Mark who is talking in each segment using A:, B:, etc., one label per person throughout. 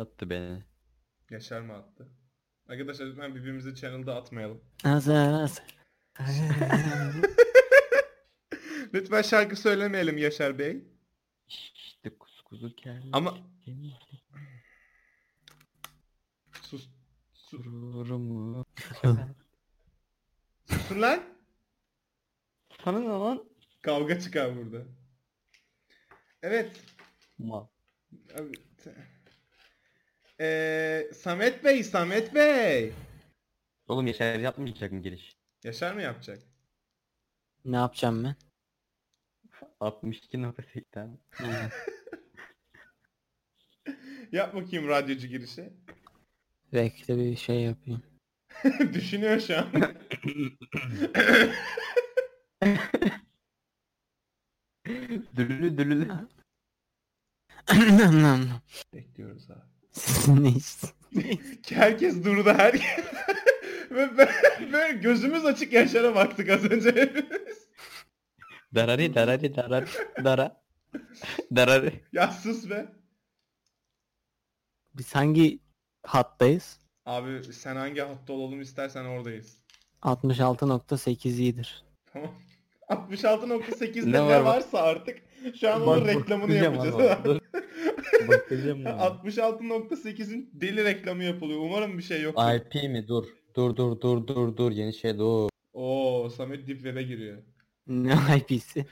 A: attı beni.
B: Yaşar mı attı? Arkadaşlar lütfen birbirimizi channel'da atmayalım.
A: Az az.
B: Lütfen şarkı söylemeyelim Yaşar Bey.
A: işte kuzu kelli.
B: Ama- Sus. Sus.
A: Gururumu.
B: Susun lan.
A: Sana ne lan?
B: Kavga çıkar burada. Evet.
A: Ma.
B: Abi, te- Ee, Samet Bey, Samet Bey.
A: Oğlum Yaşar yapmayacak mı giriş?
B: Yaşar mı yapacak?
C: Ne yapacağım ben?
A: 62.80.
C: Ha.
B: Yap bakayım radyocu girişi.
C: Bekle bir şey yapayım.
B: Düşünüyor şu an.
A: dülülü dülülü.
B: Bekliyoruz abi.
C: Sizin işte.
B: Herkes durdu her Ve böyle, böyle gözümüz açık Yaşar'a baktık az önce.
A: Darari darari darari dara. Darari.
B: ya sus be.
C: Biz hangi hattayız?
B: Abi sen hangi hatta olalım istersen oradayız.
C: 66.8'idir.
B: Tamam. 66.8'de ne,
A: Ne var bak-
B: varsa artık şu an onun reklamını yapacağız.
A: Bakacağım
B: 66.8'in deli reklamı yapılıyor. Umarım bir şey yok.
A: IP mi? Dur. Dur dur dur dur dur. Yeni şey dur.
B: Oo Samet Deep Web'e giriyor.
C: Ne IP'si?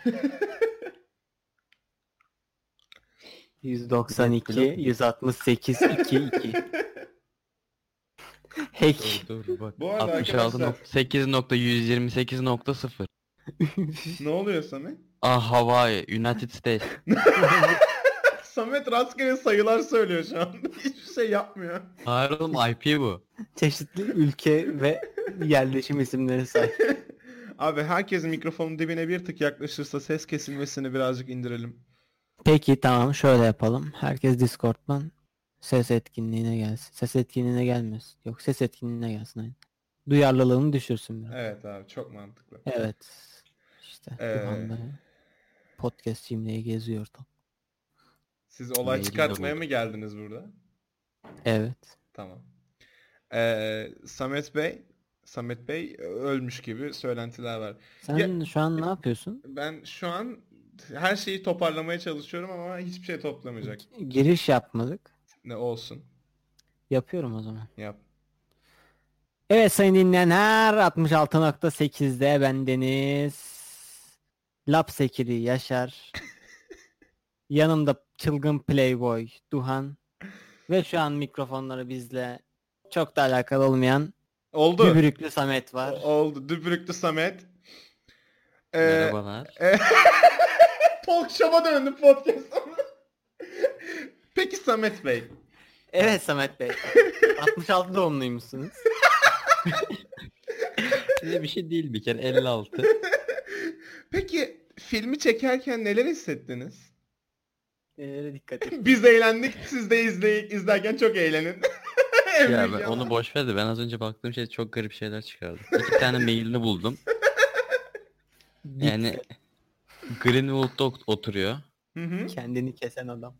C: 192
A: Blok.
C: 168 22 Hack
A: Dur dur bak.
B: Bu arada arkadaşlar
A: 8.128.0
B: ne oluyor Samet?
A: Ah Hawaii, United States.
B: Samet rastgele sayılar söylüyor şu an. Hiçbir şey yapmıyor.
A: Hayır oğlum IP bu.
C: çeşitli ülke ve yerleşim isimleri say.
B: Abi herkes mikrofonun dibine bir tık yaklaşırsa ses kesilmesini birazcık indirelim.
C: Peki tamam şöyle yapalım. Herkes Discord'dan ses etkinliğine gelsin. Ses etkinliğine gelmez. Yok ses etkinliğine gelsin. Aynen. Duyarlılığını düşürsün biraz.
B: Evet abi çok mantıklı.
C: Evet. İşte
B: Ee.
C: bir anda podcast cimriyi geziyor tam.
B: Siz olay
A: Neydi
B: çıkartmaya
A: bu?
B: mı geldiniz burada?
C: Evet.
B: Tamam. Ee, Samet Bey, Samet Bey e, ölmüş gibi söylentiler var.
C: Sen şu an ne yapıyorsun?
B: Ben şu an her şeyi toparlamaya çalışıyorum ama hiçbir şey toplamayacak.
C: Giriş yapmadık.
B: Ne olsun.
C: Yapıyorum o zaman.
B: Yap.
C: Evet sayın dinleyenler 66.8'de ben Deniz Lapsekili Yaşar Yanımda çılgın playboy Duhan Ve şu an mikrofonları bizle çok da alakalı olmayan
B: Oldu.
C: Gübürüklü Samet var
B: Oldu. Dübürüklü Samet. Ee,
A: Merhabalar.
B: Talk show'a döndü podcast. Peki Samet Bey.
C: Evet Samet Bey 66 doğumluymuşsunuz
A: Size bir şey değil bir kere 56.
B: Peki filmi çekerken neler hissettiniz?
C: Nelere dikkat edin
B: Biz eğlendik. Siz de izley izlerken çok eğlenin.
A: ya ben
B: Emre'ciğim.
A: onu boş ver de ben az önce baktığım şey çok garip şeyler çıkardı. İki tane mailini buldum. Yani Greenwood'da ot- oturuyor.
B: Hı hı.
C: Kendini kesen adam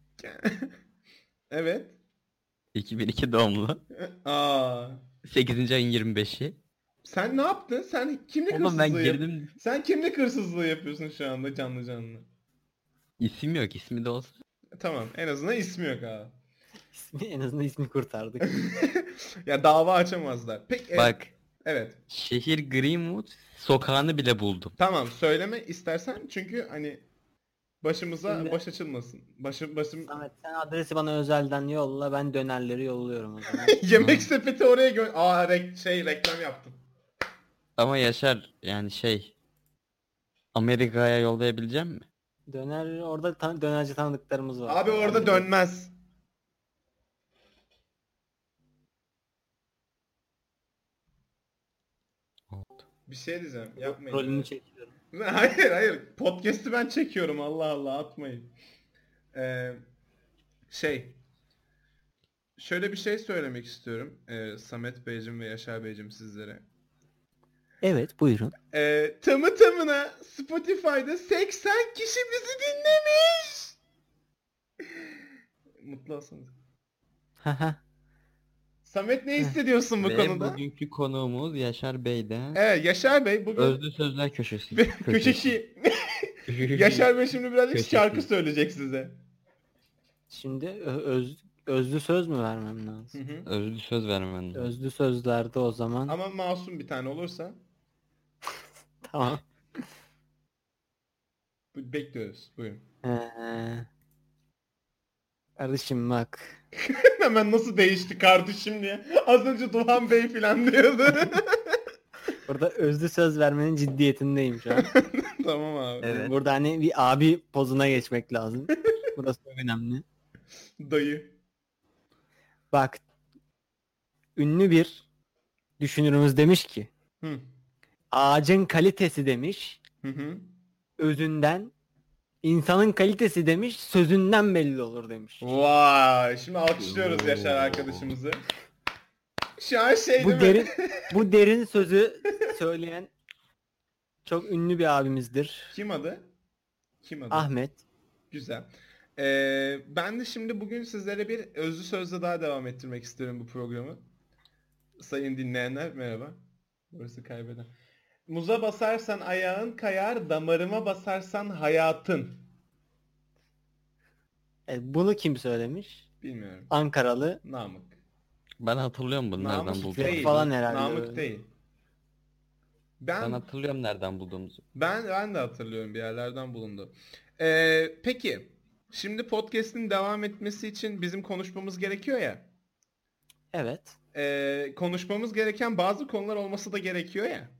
B: Evet.
A: 2002 doğumlu.
B: Aa.
A: 8. ayın 25'i.
B: Sen ne yaptın? Sen kimlik
A: Oğlum
B: hırsızlığı
A: ben
B: yap-
A: girdim.
B: Sen kimlik hırsızlığı yapıyorsun şu anda canlı canlı?
A: İsim yok ismi de olsa.
B: Tamam en azından ismi yok abi.
C: İsmi, En azından ismi kurtardık
B: ya dava açamazlar. Peki e-
A: Bak
B: evet.
A: şehir Greenwood sokağını bile buldum.
B: Tamam söyleme istersen çünkü hani başımıza
C: Şimdi-
B: baş açılmasın. Başım başım
C: Samet sen adresi bana özelden yolla ben dönerleri yolluyorum o zaman
B: yemek sepeti oraya gö Aa re- şey reklam yaptım.
A: Ama Yaşar yani şey Amerika'ya yollayabileceğim mi?
C: Döner orada tan dönerci tanıdıklarımız var.
B: Abi orada dönmez. Bir şey diyeceğim. Yapmayın.
C: Rolünü çekiyorum.
B: Hayır hayır. Podcast'i ben çekiyorum. Allah Allah atmayın. Ee, şey. Şöyle bir şey söylemek istiyorum. Ee, Samet Beyciğim ve Yaşar Beyciğim sizlere.
C: Evet buyurun.
B: Ee, tamı tamına Spotify'da 80 kişi bizi dinlemiş. Mutlu olsanız.
C: Haha.
B: Samet ne hissediyorsun bu
A: Ve
B: konuda?
A: bugünkü konuğumuz Yaşar Bey'den
B: Evet Yaşar Bey bugün
A: Özlü Sözler Köşesi.
B: köşesi.
A: Köşesi.
B: Yaşar Bey şimdi birazcık
A: Köşesi.
B: şarkı söyleyecek size.
C: Şimdi ö- öz, özlü söz mü vermem
B: Hı
C: lazım?
B: hı.
A: Özlü söz vermen lazım.
C: Özlü sözlerde o zaman.
B: Ama masum bir tane olursa
C: Tamam.
B: bu- bekliyoruz. Buyurun.
C: Ee, kardeşim bak.
B: Hemen nasıl değişti kardeşim diye. Az önce Duhan Bey falan diyordu.
C: Burada özlü söz vermenin ciddiyetindeyim şu an.
B: tamam abi.
A: Evet.
C: Burada hani bir abi pozuna geçmek lazım. Burası önemli.
B: Dayı.
C: Bak ünlü bir düşünürümüz demiş ki
B: Hı.
C: ağacın kalitesi demiş
B: Hı hı.
C: özünden insanın kalitesi demiş sözünden belli olur demiş.
B: Vay. Şimdi alkışlıyoruz
A: Oo.
B: Yaşar arkadaşımızı. Şu an şey
C: Bu
B: değil mi?
C: derin bu derin sözü söyleyen çok ünlü bir abimizdir.
B: Kim adı? Kim adı?
A: Ah.
C: Ahmet.
B: Güzel. Ee, ben de şimdi bugün sizlere bir özlü sözle daha devam ettirmek istiyorum bu programı. Sayın dinleyenler merhaba. Burası kaybeden. Muza basarsan ayağın kayar, damarıma basarsan hayatın.
C: E, bunu kim söylemiş?
B: Bilmiyorum.
C: Ankaralı.
B: Namık.
A: Ben hatırlıyorum bunu nereden
B: Namık
A: bulduğumuzu.
B: değil.
C: Falan herhalde
B: Namık
C: böyle.
B: değil.
A: Ben
B: Ben
A: hatırlıyorum nereden bulduğumuzu.
B: Ben ben de hatırlıyorum bir yerlerden bulundu. Ee, peki şimdi podcast'in devam etmesi için bizim konuşmamız gerekiyor ya.
C: Evet.
B: Ee, konuşmamız gereken bazı konular olması da gerekiyor ya.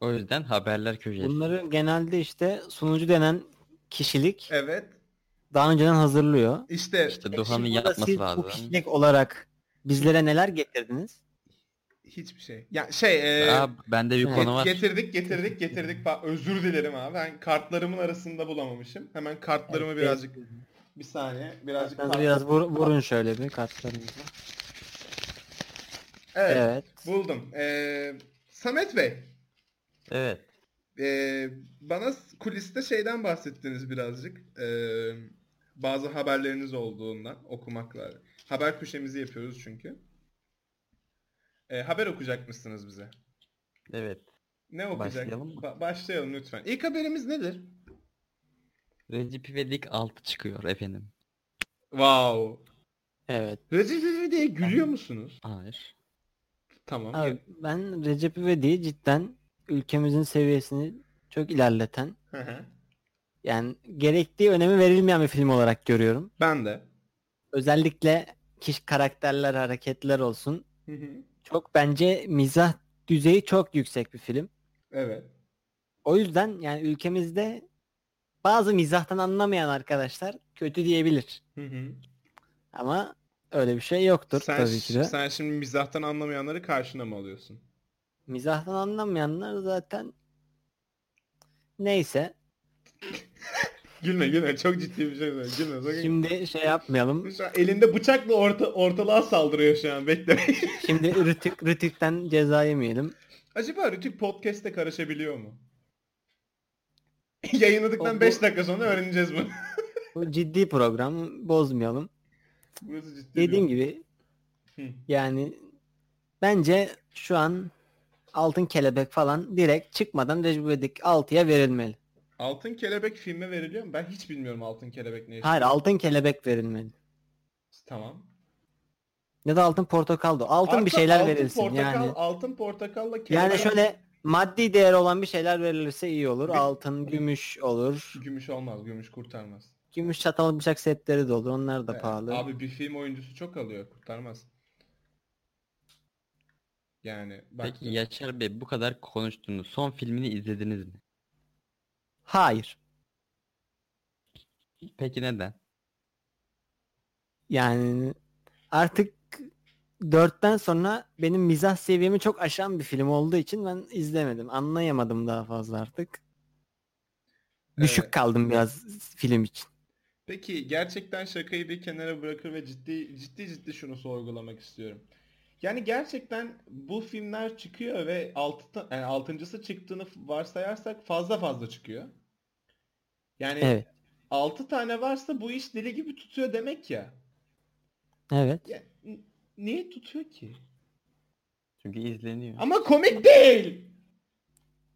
A: O yüzden haberler köşesi.
C: Bunları genelde işte sunucu denen kişilik
B: Evet. daha
C: daha önceden hazırlıyor.
B: İşte
A: İşte
C: E,
A: Duhan'ın
C: şimdi burada
A: yapması
C: siz
A: lazım.
C: Bu kişilik olarak bizlere neler getirdiniz?
B: hiçbir şey. Ya şey e,
A: Aa, bende bir
C: evet,
A: konu var.
B: getirdik getirdik getirdik. Bak, özür dilerim abi. Ben kartlarımın arasında bulamamışım. Hemen kartlarımı
C: Evet,
B: birazcık bir saniye birazcık
C: Biraz,
B: kart-
C: şey- biraz vur- vurun şöyle bir kartlarınızı.
B: Evet,
C: Evet.
B: buldum. Ee, Samet Bey.
A: Evet.
B: Ee, bana s- kuliste şeyden bahsettiniz birazcık. Ee, bazı haberleriniz olduğundan okumakla. Haber köşemizi yapıyoruz çünkü. Ee, haber okuyacakmışsınız bize.
A: Evet.
B: Ne okuyacak?
A: Başlayalım mı?
B: Ba- başlayalım lütfen. İlk haberimiz nedir?
A: Recep İvedik 6 çıkıyor efendim.
B: Wow.
C: Evet.
B: Recep İvedik diye gülüyor musunuz?
A: Hayır.
B: Tamam.
C: Abi, ben Recep İvedik'i cidden ülkemizin seviyesini çok ilerleten
B: Hı hı.
C: yani gerektiği önemi verilmeyen bir film olarak görüyorum.
B: ben de.
C: Özellikle kişi karakterler, hareketler olsun.
B: Hı hı.
C: Çok bence mizah düzeyi çok yüksek bir film.
B: evet.
C: O yüzden yani ülkemizde bazı mizahtan anlamayan arkadaşlar kötü diyebilir.
B: Hı hı.
C: Ama öyle bir şey yoktur
B: sen,
C: tabii ki de.
B: sen şimdi mizahtan anlamayanları karşına mı alıyorsun?
C: Mizahtan anlamayanlar zaten neyse.
B: Gülme gülme çok ciddi bir şey söyle. Gülme sakın.
C: Şimdi şey yapmayalım.
B: Şu an elinde bıçakla orta, ortalığa saldırıyor şu an bekle.
C: Şimdi Rütük, Rütük'ten ceza yemeyelim.
B: Acaba Rütük podcast'e karışabiliyor mu? Yayınladıktan
C: O bu-
B: 5 dakika sonra öğreneceğiz bunu.
C: Bu ciddi program bozmayalım.
B: Burası ciddi bir-
C: Dediğim gibi
B: Hı.
C: yani bence şu an Altın Kelebek falan direkt çıkmadan Recep İvedik 6'ya verilmeli.
B: Altın Kelebek filme veriliyor mu? Ben hiç bilmiyorum Altın Kelebek ne işi.
C: Hayır Altın Kelebek verilmeli.
B: Tamam.
C: Ya da altın portakaldı. Altın bir
B: Artı
C: şeyler
B: altın
C: verilsin
B: portakal,
C: yani.
B: Altın portakalla kelebek
C: Yani şöyle maddi değer olan bir şeyler verilirse iyi olur.
B: Bir-
C: Altın, gümüş olur.
B: gümüş olmaz. Gümüş kurtarmaz.
C: Gümüş çatal bıçak setleri de olur. Onlar da
B: Evet,
C: pahalı.
B: Abi bir film oyuncusu çok alıyor. Kurtarmaz. Yani bak.
A: Peki Yaşar Bey bu kadar konuştunuz. Son filmini izlediniz mi?
C: Hayır.
A: Peki neden?
C: Yani artık 4'ten sonra benim mizah seviyemi çok aşan bir film olduğu için ben izlemedim. Anlayamadım daha fazla artık. Düşük
B: Evet.
C: kaldım biraz film için.
B: Peki gerçekten şakayı bir kenara bırakır ve ciddi ciddi ciddi şunu sorgulamak istiyorum. Yani gerçekten bu filmler çıkıyor ve altı, yani altıncısı çıktığını varsayarsak fazla fazla çıkıyor. Yani
C: Evet.
B: 6 tane varsa bu iş deli gibi tutuyor demek ya.
C: Evet.
B: Ya, n- niye tutuyor ki?
A: Çünkü izleniyor.
B: Ama komik değil.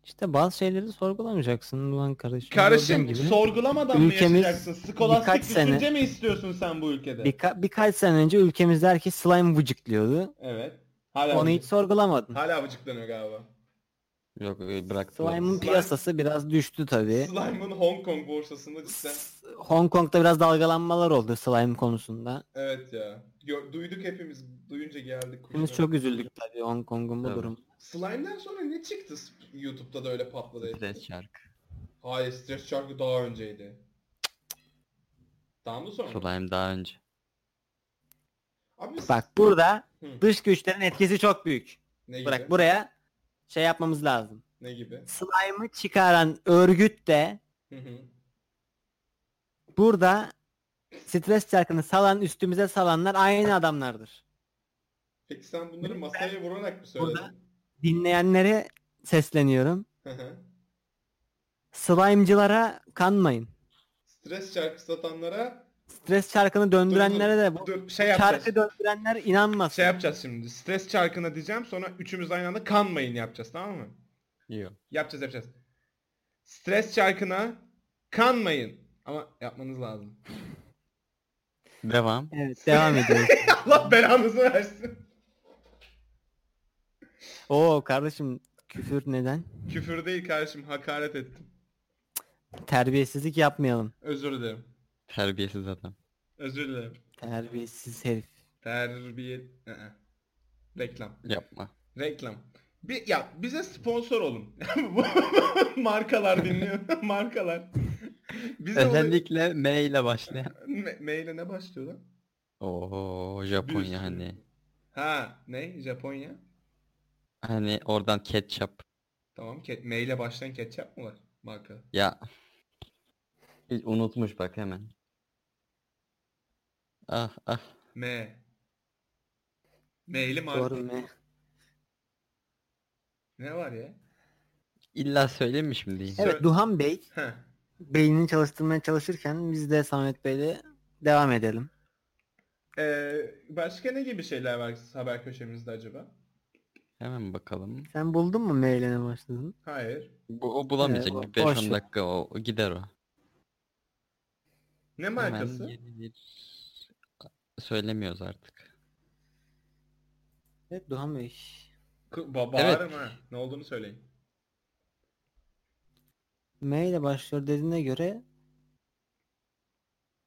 C: İşte bazı şeyleri sorgulamayacaksın. Ulan kardeşim. gördüğün
B: Karışım
C: gibi.
B: sorgulamadan
C: Ülkemiz
B: mı yaşayacaksın? Skolastik
C: birkaç sene-
B: düşünce mi istiyorsun sen bu ülkede?
C: Birka- birkaç sene önce ülkemizde herkes slime vıcıklıyordu.
B: evet. Hala
C: Onu
B: vıcık-
C: hiç sorgulamadın.
B: Hala vıcıklanıyor galiba.
A: Yok e, bıraktılar.
C: Slime'ın piyasası biraz düştü tabii.
B: Slime'ın Hong Kong borsasında cidden.
C: S- Hong Kong'da biraz dalgalanmalar oldu slime konusunda.
B: Evet ya. Gö- duyduk hepimiz. Duyunca geldik.
C: Hepimiz çok üzüldük tabii Hong Kong'un bu
A: Tabii.
C: durum.
B: Slime'den sonra ne çıktı YouTube'da da öyle patladı?
A: Stres şarkı.
B: Hayır Stres şarkı daha önceydi. Daha mı sonra?
A: Slime daha önce.
B: Abi
C: Bak burada
B: Hı.
C: dış güçlerin etkisi çok büyük.
B: ne gibi?
C: Bırak buraya şey yapmamız lazım.
B: Ne gibi?
C: Slime'ı çıkaran örgüt de
B: Hı hı.
C: burada stres çarkını salan üstümüze salanlar aynı adamlardır.
B: Peki sen bunları
C: Ben-
B: masaya vurarak mı
C: Burada-
B: söyledin?
C: Dinleyenlere sesleniyorum.
B: Hı hı.
C: Slime'cılara kanmayın.
B: Stres şarkı satanlara
C: Stres çarkını
B: Dur, dur,
C: döndürenlere de bu
B: dur, şey yapacağız.
C: çarkı döndürenler inanmasın.
B: Şey yapacağız şimdi. Stres çarkına diyeceğim sonra üçümüz aynı anda kanmayın yapacağız tamam mı?
A: Yok.
B: Yapacağız yapacağız. Stres çarkına kanmayın. Ama yapmanız lazım.
A: Devam.
C: Evet devam ediyoruz.
B: Allah belanızı versin.
C: Oo kardeşim küfür neden?
B: Küfür değil kardeşim hakaret ettim.
C: Terbiyesizlik yapmayalım.
B: Özür dilerim.
A: Terbiyesiz adam.
B: Özür dilerim.
C: Terbiyesiz herif.
B: Terbiye... Ee. Reklam.
A: Yapma.
B: Reklam. Bir, ya bize sponsor olun. Markalar dinliyor. Markalar. Bize olu-
A: Özellikle M ile başlayan.
B: Me- maile ne başlıyor lan?
A: Oo
B: Bir sürü.
A: Japonya hani.
B: Ha ne? Japonya?
A: Hani oradan ketçap.
B: Tamam. Ke- maile başlayan ketçap mı var? Marka.
A: Ya. Hiç unutmuş bak hemen. Ah ah.
B: M. Maili marka.
C: Doğru mu?
B: Ne var ya?
A: İlla söyleyeyim mi şimdi?
B: Söyle.
C: Evet Duhan Bey
B: Heh.
C: beynini çalıştırmaya çalışırken biz de Samet Bey'le devam edelim.
B: Ee, başka ne gibi şeyler var haber köşemizde acaba?
A: Hemen bakalım.
C: Sen buldun mu mailene başladın?
B: Hayır.
A: Bu, o bulamayacak.
C: bu-
A: bir
C: boş
A: 5-10
C: ver.
A: dakika o, o gider o.
B: Ne
A: Hemen
B: markası?
A: yeni bir- Söylemiyoruz artık.
C: Evet Duhan Bey.
B: K- ba-
A: Evet.
B: bağırın ha. Ne olduğunu söyleyin.
C: M ile başlıyor dediğine göre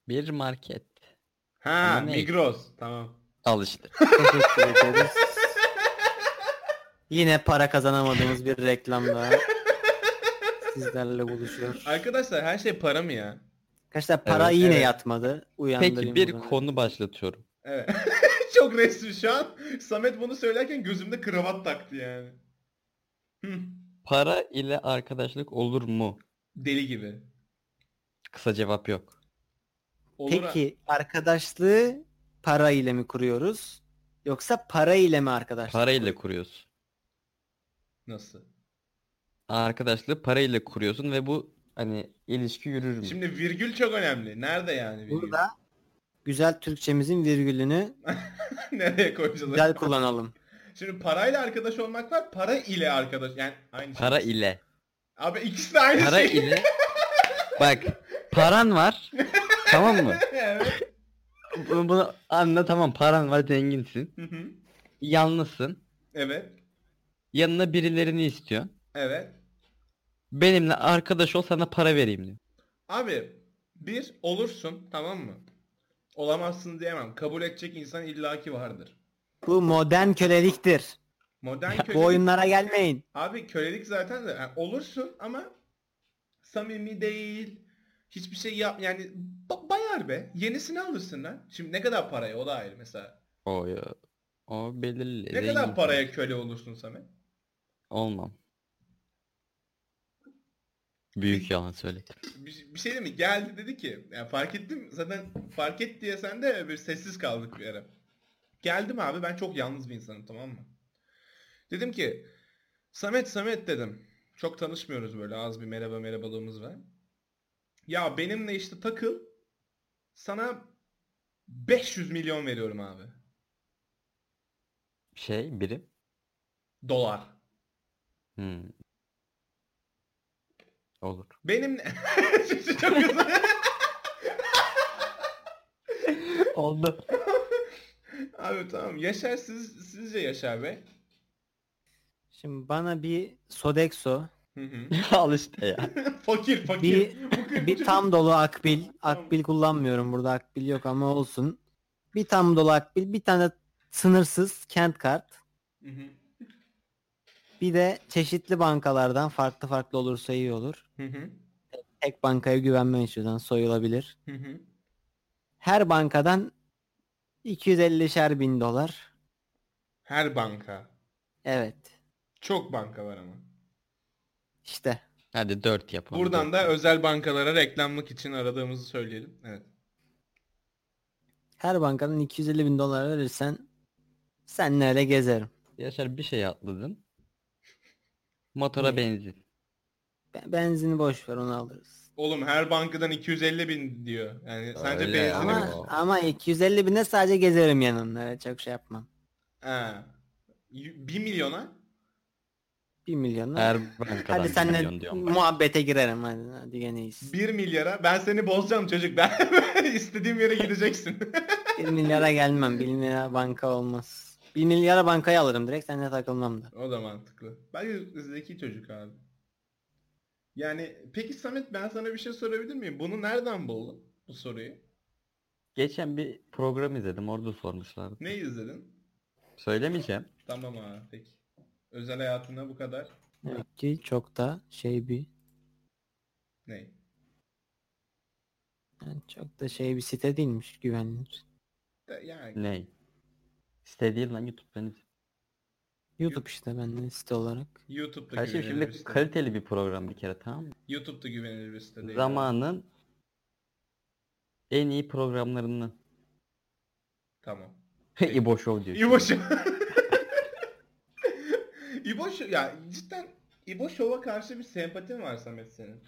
A: Bir market.
B: Ha
A: Ama ne?
B: Migros. Tamam.
A: Al işte.
C: teşekkür ederiz. Yine para kazanamadığımız bir reklamla sizlerle buluşuyor.
B: Arkadaşlar her şey para mı ya?
C: Arkadaşlar para
A: Evet,
C: yine
B: evet.
C: yatmadı. Uyandırayım
A: Peki bir
C: o zaman.
A: konu başlatıyorum.
B: Evet. Çok resmi şu an. Samet bunu söylerken gözümde kravat taktı yani. Hı.
A: Para ile arkadaşlık olur mu?
B: Deli gibi.
A: Kısa cevap yok.
B: Olur ha-
C: Peki arkadaşlığı para ile mi kuruyoruz? Yoksa para ile mi arkadaşlık?
A: Parayla kuruyorsun.
B: Nasıl?
A: Arkadaşlığı parayla kuruyorsun ve bu hani ilişki yürür mü?
B: Şimdi virgül çok önemli. Nerede yani virgül?
C: Burada güzel Türkçemizin virgülünü
B: Nereye koyacağız?
C: güzel kullanalım.
B: Şimdi parayla arkadaş olmak var, para ile arkadaş. Yani aynı şey.
A: Para ile.
B: Abi ikisi de aynı
A: Para
B: şey.
A: ile. Bak paran var. tamam mı?
B: evet.
A: Bunu, bunu anla tamam paran var zenginsin.
B: Hı hı.
A: Yalnızsın.
B: evet.
A: Yanına birilerini istiyor.
B: Evet.
A: Benimle arkadaş ol sana para vereyim diyor.
B: Abi bir olursun tamam mı? Olamazsın diyemem. Kabul edecek insan illaki vardır.
C: Bu modern köleliktir.
B: Modern kölelik.
C: Bu oyunlara gelmeyin.
B: Abi kölelik zaten de yani olursun ama samimi değil. Hiçbir şey yap yani ba- bayar be. Yenisini alırsın lan. Şimdi ne kadar paraya o da ayrı mesela.
A: O ya. O belirli.
B: Ne
A: zenginsin.
B: kadar paraya köle olursun Samet?
A: Olmam. Büyük yalan söyledim.
B: bir, bir şey değil mi? Geldi dedi ki ya fark ettim zaten fark et diye sen de bir sessiz kaldık bir ara. Geldim abi ben çok yalnız bir insanım tamam mı? Dedim ki Samet Samet dedim. Çok tanışmıyoruz böyle az bir merhaba merhabalığımız var. Ya benimle işte takıl sana 500 milyon veriyorum abi.
A: Şey birim.
B: Dolar.
A: Hmm. Olur.
B: Benim çok güzel.
C: Oldu.
B: Abi tamam. Yaşar siz, sizce Yaşar Bey.
C: Şimdi bana bir Sodexo,
B: Hı hı.
A: Al işte ya.
B: fakir fakir.
C: Bir-
B: Bu kız- bu
C: bir
B: çocuk-
C: tam dolu akbil. Akbil kullanmıyorum burada akbil yok ama olsun. Bir tam dolu akbil, bir tane sınırsız kent kart.
B: Hı hı.
C: Bir de çeşitli bankalardan farklı farklı olursa iyi olur.
B: Hı hı.
C: Tek bankaya güvenmeyin şuradan soyulabilir.
B: Hı hı.
C: Her bankadan 250'şer bin dolar.
B: Her banka.
C: Evet.
B: Çok banka var ama.
C: İşte.
A: Hadi 4 yapalım.
B: Buradan
A: dört
B: da
A: yap.
B: özel bankalara reklamlık için aradığımızı söyleyelim. Evet.
C: Her bankadan 250 bin dolar verirsen senle öyle gezerim.
A: Yaşar bir şey atladın. Motora
C: Ne?
A: benzin.
C: Ben- Benzini boş ver onu alırız.
B: Oğlum her bankadan 250 bin diyor. Yani sence
A: Öyle
B: benzini
A: ama-
B: mi?
C: Ama, ama 250 bine sadece gezerim yanımda. öyle çok şey yapmam.
B: Ha. 1 milyona?
C: 1 milyon.
A: Her bankadan
C: hadi
A: bir
C: seninle
A: milyon diyorum ben.
C: muhabbete girerim hadi, hadi gene iyisin.
B: 1 milyara. Ben seni bozacağım çocuk. Ben istediğim yere gideceksin.
C: 1 milyara gelmem. 1 milyara banka olmaz. 1 milyara bankaya alırım direkt seninle takılmam da.
B: O da mantıklı. Belki zeki çocuk abi. Yani peki Samet ben sana bir şey sorabilir miyim? Bunu nereden buldun bu soruyu?
A: Geçen bir program izledim orada sormuşlardı.
B: Ne izledin?
A: Söylemeyeceğim.
B: Tamam abi peki. Özel hayatına bu kadar.
C: Demek ki çok da şey bir
B: Ne?
C: yani çok da şey bir site değilmiş güvenilir.
B: De- Yani
A: Ney? İstediğin lan YouTube'dan izle.
C: YouTube işte benden site olarak.
B: YouTube'da
A: Kardeşim
B: güvenilir bir
A: şey şimdi
B: site.
A: kaliteli bir program bir kere tamam mı?
B: YouTube'da güvenilir bir site değil.
A: Zamanın en iyi programlarını
B: Tamam.
A: İbo Show diyor.
B: İbo Show. İbo Show- ya cidden İbo Show'a karşı bir sempatin var Samet senin.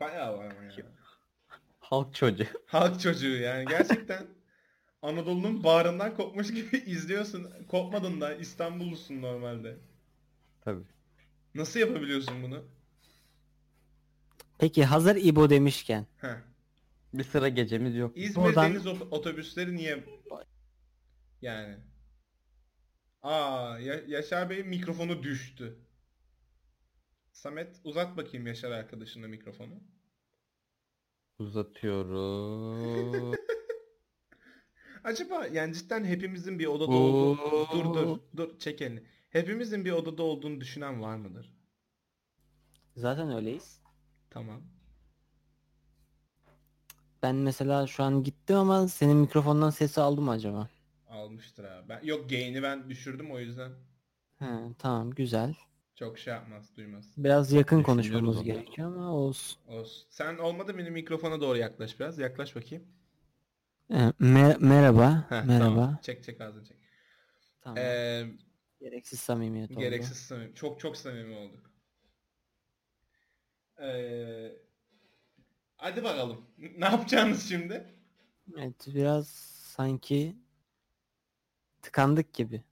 B: Bayağı var ama ya.
A: Halk çocuğu.
B: Halk çocuğu yani gerçekten Anadolu'nun bağrından kopmuş gibi izliyorsun. Kopmadın da İstanbullusun normalde.
A: Tabii.
B: Nasıl yapabiliyorsun bunu?
C: Peki hazır İbo demişken
B: Heh.
A: Bir sıra gecemiz yok.
B: İzmir
C: Buradan-
B: deniz ot- otobüsleri niye? Yani. Aa ya- Yaşar Bey'in mikrofonu düştü. Samet uzat bakayım Yaşar arkadaşına mikrofonu.
A: Uzatıyoruz.
B: Acaba yani cidden hepimizin bir odada olduğunu...
A: Oo.
B: Dur dur dur çek elini. Hepimizin bir odada olduğunu düşünen var mıdır?
C: zaten öyleyiz.
B: Tamam.
C: Ben mesela şu an gittim ama senin mikrofondan sesi aldım acaba?
B: Almıştır abi. Ben, yok gain'i ben düşürdüm o yüzden
C: He, tamam güzel.
B: çok şey yapmaz duymaz.
C: Biraz yakın
A: Düşünüyoruz
C: konuşmamız
A: onu.
C: gerekiyor ama olsun.
B: Olsun. Sen olmadı benim mikrofona doğru yaklaş biraz. Yaklaş bakayım.
C: Ee, mer- merhaba.
B: Heh, Tamam.
C: merhaba. Tamam.
B: Çek çek ağzını çek. Ee,
C: gereksiz samimiyet oldu.
B: Gereksiz samimi. Çok çok samimi olduk. Ee, hadi bakalım. Ne yapacaksınız şimdi?
C: Evet biraz sanki tıkandık gibi.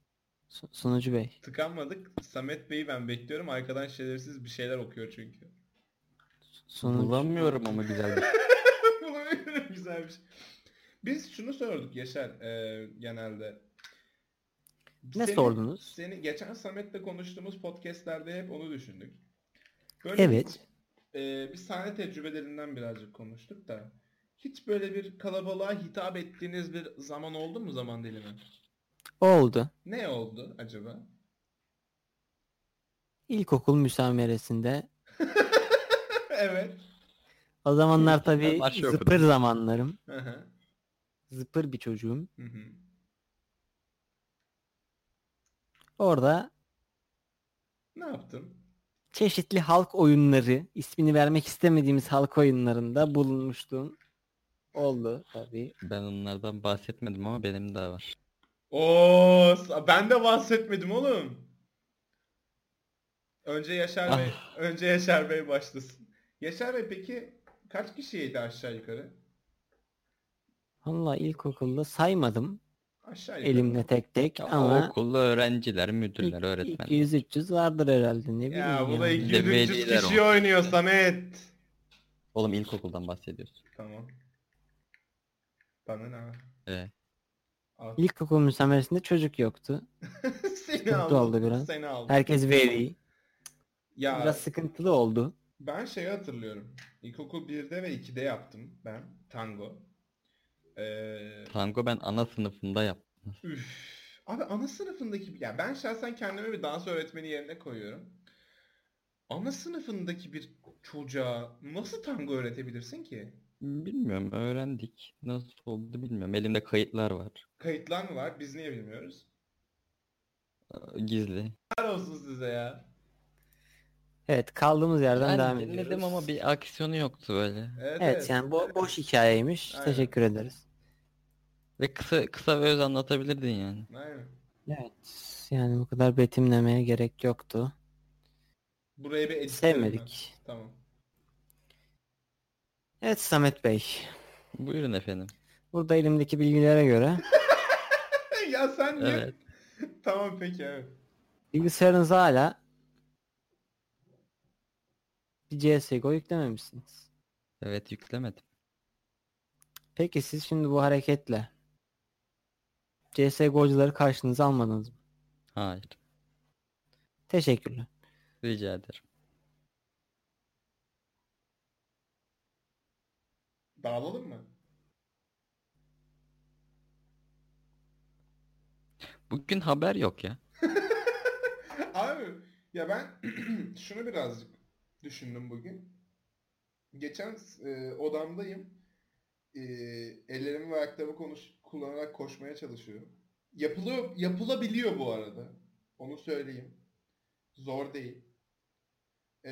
C: Su- Sunucu Bey.
B: Tıkanmadık. Samet Bey'i ben bekliyorum. Arkadan şerefsiz bir şeyler okuyor çünkü.
C: Sunucu.
A: Bulamıyorum ama güzel bir şey.
B: Bulamıyorum güzel bir şey. Biz şunu sorduk Yaşar e, genelde.
C: Ne sordunuz?
B: Seni geçen Samet'le konuştuğumuz podcastlerde hep onu düşündük. Böyle
C: Evet.
B: e, bir sahne tecrübelerinden birazcık konuştuk da hiç böyle bir kalabalığa hitap ettiğiniz bir zaman oldu mu zaman dilimi?
C: Oldu.
B: Ne oldu acaba?
C: İlkokul müsameresinde.
B: evet.
C: O
B: Şey,
C: zamanlar tabii
A: Başlıyor bu da.
C: zıpır zamanlarım.
B: Hı hı.
C: Zıpır bir çocuğum.
B: Hı hı.
C: Orada
B: ne yaptın?
C: çeşitli halk oyunları, ismini vermek istemediğimiz halk oyunlarında bulunmuştum. Oldu tabii.
A: Ben onlardan bahsetmedim ama benim daha var.
B: Oo, sa- ben de bahsetmedim oğlum. Önce Yaşar Bey, önce Yaşar Bey başlasın. Yaşar Bey peki kaç kişiydi aşağı yukarı?
C: Valla ilkokulda saymadım.
B: Aşağı yukarı.
C: Elimle tek tek
A: Ya,
C: ama
A: okulda öğrenciler, müdürler, öğretmenler.
C: 200-300 vardır herhalde ne bileyim.
B: Ya bu da
C: yani.
A: iki-
B: 200 300
A: veliler
B: kişi oynuyor Samet.
A: Oğlum ilkokuldan bahsediyorsun.
B: Tamam. Bana ne?
A: Ee,
B: Al.
C: İlkokul müsameresinde çocuk yoktu.
B: seni
C: sıkıntı
B: aldım.
C: oldu biraz.
B: Seni aldım.
C: Herkes veri.
B: ya
C: Biraz sıkıntılı oldu.
B: ben şeyi hatırlıyorum. İlkokul 1'de ve 2'de yaptım ben tango. Ee,
A: tango ben ana sınıfında yaptım.
B: Üf. Abi ana sınıfındaki ya ben şahsen kendimi bir dans öğretmeni yerine koyuyorum. Ana sınıfındaki bir çocuğa nasıl tango öğretebilirsin ki?
A: Bilmiyorum öğrendik. Nasıl oldu bilmiyorum. Elimde kayıtlar var.
B: Kayıtlar mı var? Biz niye bilmiyoruz?
A: Ee, Gizli.
B: Helal olsun size ya.
C: Evet kaldığımız yerden
A: Ben
C: devam
A: dinledim
C: ediyoruz.
A: ama bir aksiyonu yoktu böyle.
B: Evet,
C: Evet, yani bo- boş hikayeymiş.
B: Aynen.
C: Teşekkür ederiz.
A: Ve kısa kısa ve öz anlatabilirdin yani.
B: Aynen.
C: Evet yani bu kadar betimlemeye gerek yoktu.
B: Buraya bir edit
C: Sevmedik.
B: Tamam.
C: Evet Samet Bey.
A: Buyurun efendim.
C: Burada elimdeki bilgilere göre
B: ya sen niye?
A: Evet.
B: tamam peki evet.
C: bilgisayarınız hala bir CSGO yüklememişsiniz.
A: Evet yüklemedim.
C: Peki siz şimdi bu hareketle CSGO'cuları karşınıza almadınız mı?
A: Hayır.
C: Teşekkürler.
A: Rica ederim.
B: Dağılalım mı?
A: Bugün haber yok ya.
B: Abi ya ben şunu birazcık düşündüm bugün. Geçen e, odamdayım. E, ellerimi ve ayaklarımı konuş, kullanarak koşmaya çalışıyorum. Yapılıyor, yapılabiliyor bu arada. Onu söyleyeyim. Zor değil. E,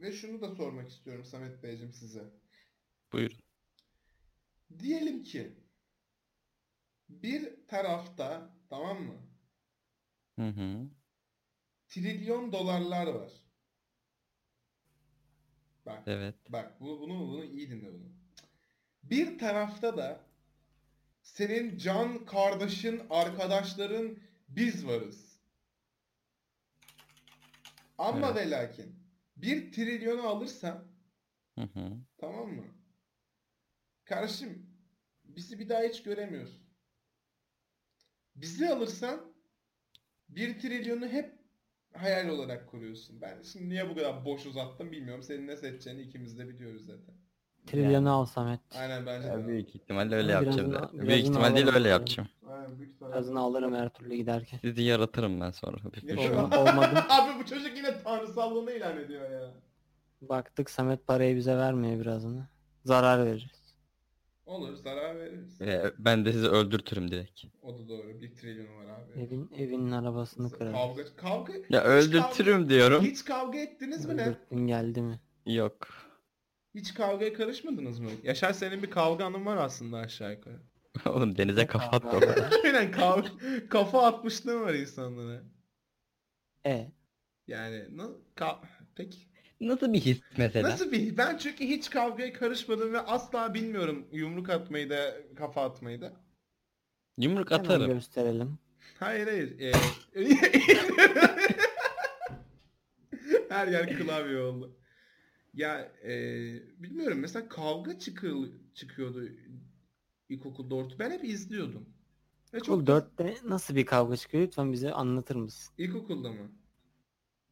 B: ve şunu da sormak istiyorum Samet Beyciğim size.
A: Buyurun.
B: Diyelim ki bir tarafta tamam mı?
A: Hı hı.
B: Trilyon dolarlar var. Bak.
A: Evet.
B: Bak bunu, bunu, bunu iyi dinle bunu. Bir tarafta da senin can kardeşin, arkadaşların biz varız. Ama
A: Evet.
B: ve lakin bir trilyonu alırsan
A: Hı hı.
B: tamam mı? Kardeşim bizi bir daha hiç göremiyorsun. Bizi alırsan bir trilyonu hep hayal olarak kuruyorsun. Ben şimdi niye bu kadar boş uzattım bilmiyorum. Senin ne seçeceğini ikimiz de biliyoruz zaten.
C: Trilyonu
A: Yani.
C: al Samet.
B: Aynen bence
A: Ya
B: de.
A: büyük ihtimalle öyle
C: Birazını-
A: yapacağım zaten.
C: birazını
A: Büyük ihtimal değil
C: alalım.
A: öyle yapacağım.
B: Aynen büyük ihtimalle.
C: Birazını alırım her türlü giderken.
A: Sizi yaratırım ben sonra. Bir şey.
B: Ya.
A: düşün.
C: Olma- olmadı.
B: Abi bu çocuk yine tanrısallığını ilan ediyor ya.
C: Baktık Samet parayı bize vermiyor birazını. Zarar veririz.
B: Olur zarar veririz.
A: Ee, ben de sizi öldürtürüm direkt.
B: O da doğru. Bir trilyon var abi.
C: Evin evinin arabasını kırarız.
B: Kavga, kavga.
A: Ya öldürtürüm diyorum.
B: Hiç kavga ettiniz mi ne?
C: Öldürttün geldi mi?
A: Yok.
B: Hiç kavgaya karışmadınız mı? Yaşar senin bir kavga anın var aslında aşağı yukarı.
A: Oğlum denize
C: Ne
A: kafa
C: kavga?
A: attı o kadar.
B: Aynen kavga, kafa atmışlığın var insanlara.
C: E
B: Yani na, ka, peki.
A: Nasıl bir his mesela?
B: Nasıl bir? Ben çünkü hiç kavgaya karışmadım ve asla bilmiyorum yumruk atmayı da kafa atmayı da.
A: Yumruk
C: hemen
A: atarım.
C: gösterelim.
B: Hayır hayır. Ee, Her yer klavye oldu. Ya e, bilmiyorum mesela kavga çıkıyor, çıkıyordu ilkokulda orta. Ben hep izliyordum. Ve
C: Okul 4'te nasıl bir kavga çıkıyor lütfen bize anlatır mısın?
B: İlkokulda mı?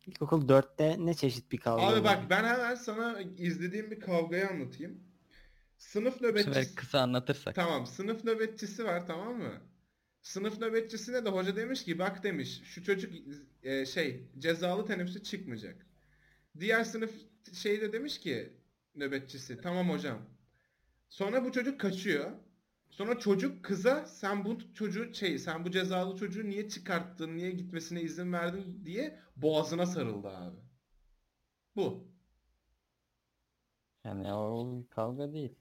C: İlkokul 4'te ne çeşit bir kavga
B: Abi
C: oluyor?
B: bak ben hemen sana izlediğim bir kavgayı anlatayım. Sınıf
A: Bu sefer
B: nöbetçisi...
A: kısa anlatırsak.
B: Tamam sınıf nöbetçisi var tamam mı? Sınıf nöbetçisine de hoca demiş ki bak demiş şu çocuk e, şey cezalı teneffüse çıkmayacak. Diğer sınıf şey de demiş ki nöbetçisi tamam hocam. Sonra bu çocuk kaçıyor. Sonra çocuk kıza sen bu çocuğu şey sen bu cezalı çocuğu niye çıkarttın niye gitmesine izin verdin diye boğazına sarıldı abi. Bu.
A: Yani o kavga değil.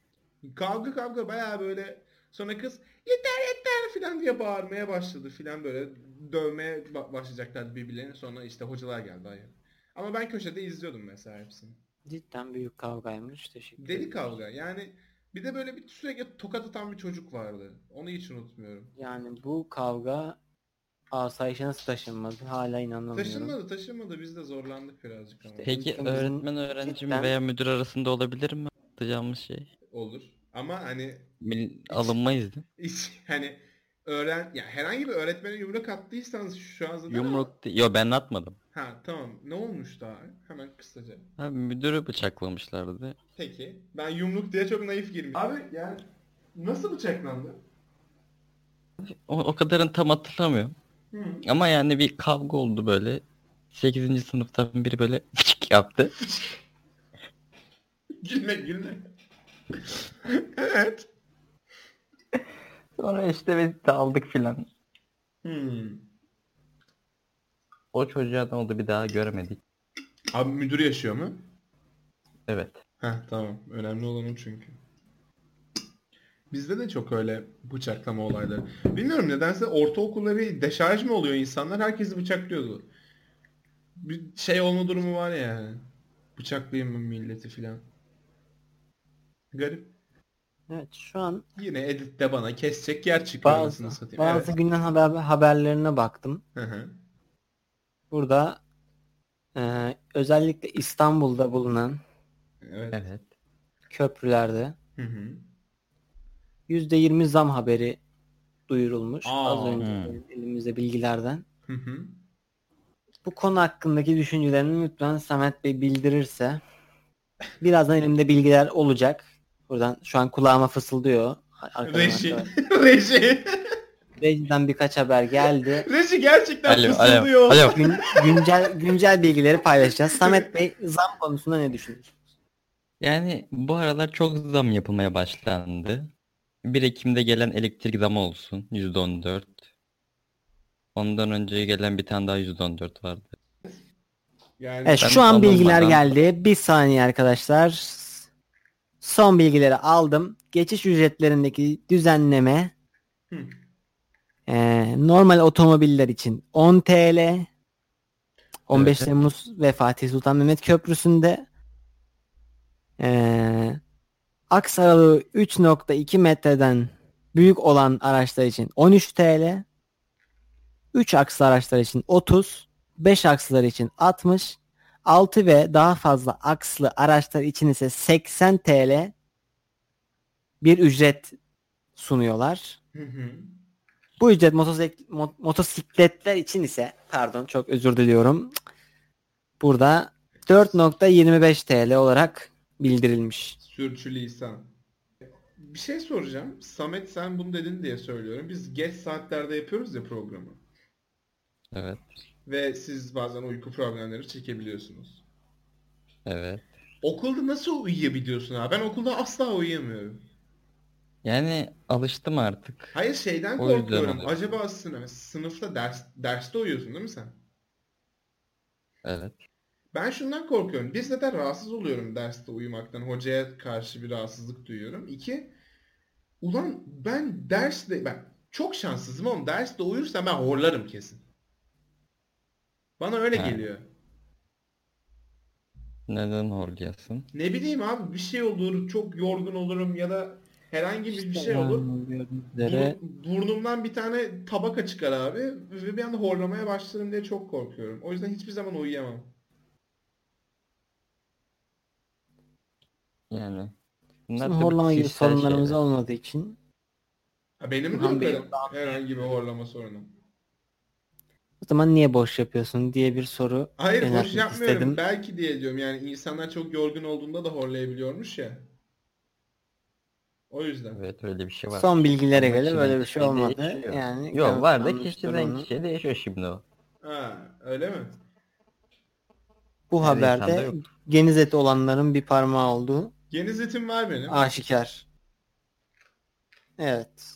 B: Kavga kavga bayağı böyle sonra kız yeter yeter filan diye bağırmaya başladı filan böyle dövmeye ba- başlayacaklar birbirlerini sonra işte hocalar geldi hayır. Ama ben köşede izliyordum mesela hepsini.
C: Cidden büyük kavgaymış teşekkür
B: Deli
C: ederim.
B: kavga yani Bir de böyle bir sürekli tokat atan bir çocuk vardı. Onu hiç unutmuyorum.
C: Yani bu kavga asayişe nasıl taşınmadı hala inanamıyorum.
B: Taşınmadı taşınmadı biz de zorlandık birazcık ama.
C: İşte-
A: Peki
C: Bizim-
A: öğretmen öğrenci mi
C: Ben-
A: veya müdür arasında olabilir mi? Atacağımız şey.
B: Olur. Ama hani
A: Mil- Alınmayız değil mi?
B: hiç hani öğren ya herhangi bir öğretmene yumruk attıysanız şu an zaten ama-
A: Yumruk. de- Yo ben atmadım.
B: Ha tamam. Ne olmuş daha? Hemen kısaca.
A: Ha, müdürü bıçaklamışlardı.
B: Peki. Ben yumruk diye çok naif girmiştim. Abi yani nasıl bıçaklandı?
A: O, o kadarını tam hatırlamıyorum.
B: Hı.
A: Ama yani bir kavga oldu böyle. 8. sınıftan biri böyle yaptı.
B: Gülme gülme. evet.
A: Sonra işte biz dağıldık filan.
B: Hmm.
A: O çocuğa ne oldu bir daha göremedik.
B: Abi müdür yaşıyor mu?
A: Evet.
B: Heh tamam. Önemli olan o çünkü. Bizde de çok öyle bıçaklama olayları. Bilmiyorum nedense ortaokulda bir deşarj mı oluyor insanlar herkesi bıçaklıyordu. Bir şey olma durumu var ya. Bıçaklayayım mı milleti filan. Garip.
C: Evet şu an
B: Yine editte bana kesecek yer çıkıyor
C: bazı,
B: anasını satayım.
C: bazı
B: Evet.
C: günden haber, haberlerine baktım.
B: Hı hı.
C: Burada eee, özellikle İstanbul'da bulunan
B: Evet.
A: Evet.
C: köprülerde
B: Hı hı.
C: %20 zam haberi duyurulmuş.
B: Aa,
C: Az önce
A: hmm.
C: benim elimizde bilgilerden.
B: Hı hı.
C: Bu konu hakkındaki düşüncelerini lütfen Samet Bey bildirirse. Birazdan elimde bilgiler olacak. Buradan şu an kulağıma fısıldıyor. Arkadan
B: Reji.
C: arkadaş-
B: Reji.
C: Rejiden birkaç haber geldi.
B: Reji gerçekten
A: Alo,
B: fısıldıyor.
A: alo, alo.
C: Gün- güncel güncel bilgileri paylaşacağız. Samet Bey zam konusunda ne düşünüyorsunuz?
A: Yani bu aralar çok zam yapılmaya başlandı. 1 Ekim'de gelen elektrik zamı olsun %14. Ondan önce gelen bir tane daha %14 vardı.
B: Yani
C: Evet
A: Ben
C: şu an
A: tam
C: bilgiler
A: olmadan-
C: geldi. Bir saniye arkadaşlar. Son bilgileri aldım. Geçiş ücretlerindeki düzenleme
B: Hı.
C: eee, normal otomobiller için 10 TL 15
A: Evet.
C: Temmuz ve Fatih Sultan Mehmet Köprüsü'nde eee aks aralığı 3.2 metreden büyük olan araçlar için 13 TL 3 akslı araçlar için 30 5 akslılar için 60 6 ve daha fazla akslı araçlar için ise 80 TL bir ücret sunuyorlar.
B: Hı hı.
C: Bu ücret motosik- mo- motosikletler için ise pardon çok özür diliyorum. Burada 4.25 TL olarak bildirilmiş.
B: Sürçülisan. Bir şey soracağım. Samet sen bunu dedin diye söylüyorum. Biz geç saatlerde yapıyoruz ya programı.
A: Evet.
B: Ve siz bazen uyku problemleri çekebiliyorsunuz.
A: Evet.
B: Okulda nasıl uyuyabiliyorsun abi? Ben okulda asla uyuyamıyorum.
A: Yani alıştım artık.
B: Hayır şeyden
A: O yüzden
B: korkuyorum.
A: oluyor.
B: Acaba sınıf, sınıfta ders, derste uyuyorsun değil mi sen?
A: Evet.
B: Ben şundan korkuyorum. Bir zaten rahatsız oluyorum derste uyumaktan. Hocaya karşı bir rahatsızlık duyuyorum. İki, ulan ben derste ben çok şanssızım oğlum. Derste uyursam ben horlarım kesin. Bana öyle
A: Ha.
B: geliyor.
A: Neden horluyorsun?
B: Ne bileyim abi bir şey olur, çok yorgun olurum ya da herhangi bir, bir şey olur.
C: Üzere
B: Bur- burnumdan bir tane tabaka çıkar abi ve bir anda horlamaya başlarım diye çok korkuyorum. O yüzden hiçbir zaman uyuyamam.
A: Yani.
C: bizim
A: Bunlar tabii
C: horlama gibi
A: kişisel
C: sorunlarımız
A: şeyler.
C: olmadığı için
B: Ha, benim de
C: Ulan
B: yok
C: benim
B: öyle herhangi bir horlama sorunum.
C: o zaman niye boş yapıyorsun diye bir soru
B: Hayır
C: yöneltmek
B: boş yapmıyorum.
C: istedim.
B: Belki diye diyorum. Yani insanlar çok yorgun olduğunda da horlayabiliyormuş ya. O yüzden.
A: Evet öyle bir şey var.
C: Son bilgilere
A: Ama
C: göre böyle
A: kişiden
C: bir şey
A: kişiye
C: olmadı.
A: değişiyor.
C: Yani
A: Yok var da
C: kanıtlanmıştır
A: kişiden
C: onu.
A: kişiye değişiyor şimdi o.
B: Ha, öyle mi?
C: Bu
A: Her insanda
C: haberde
A: yok.
C: geniz eti olanların bir parmağı olduğu
B: Geniz etim var benim.
C: aşikar. Evet.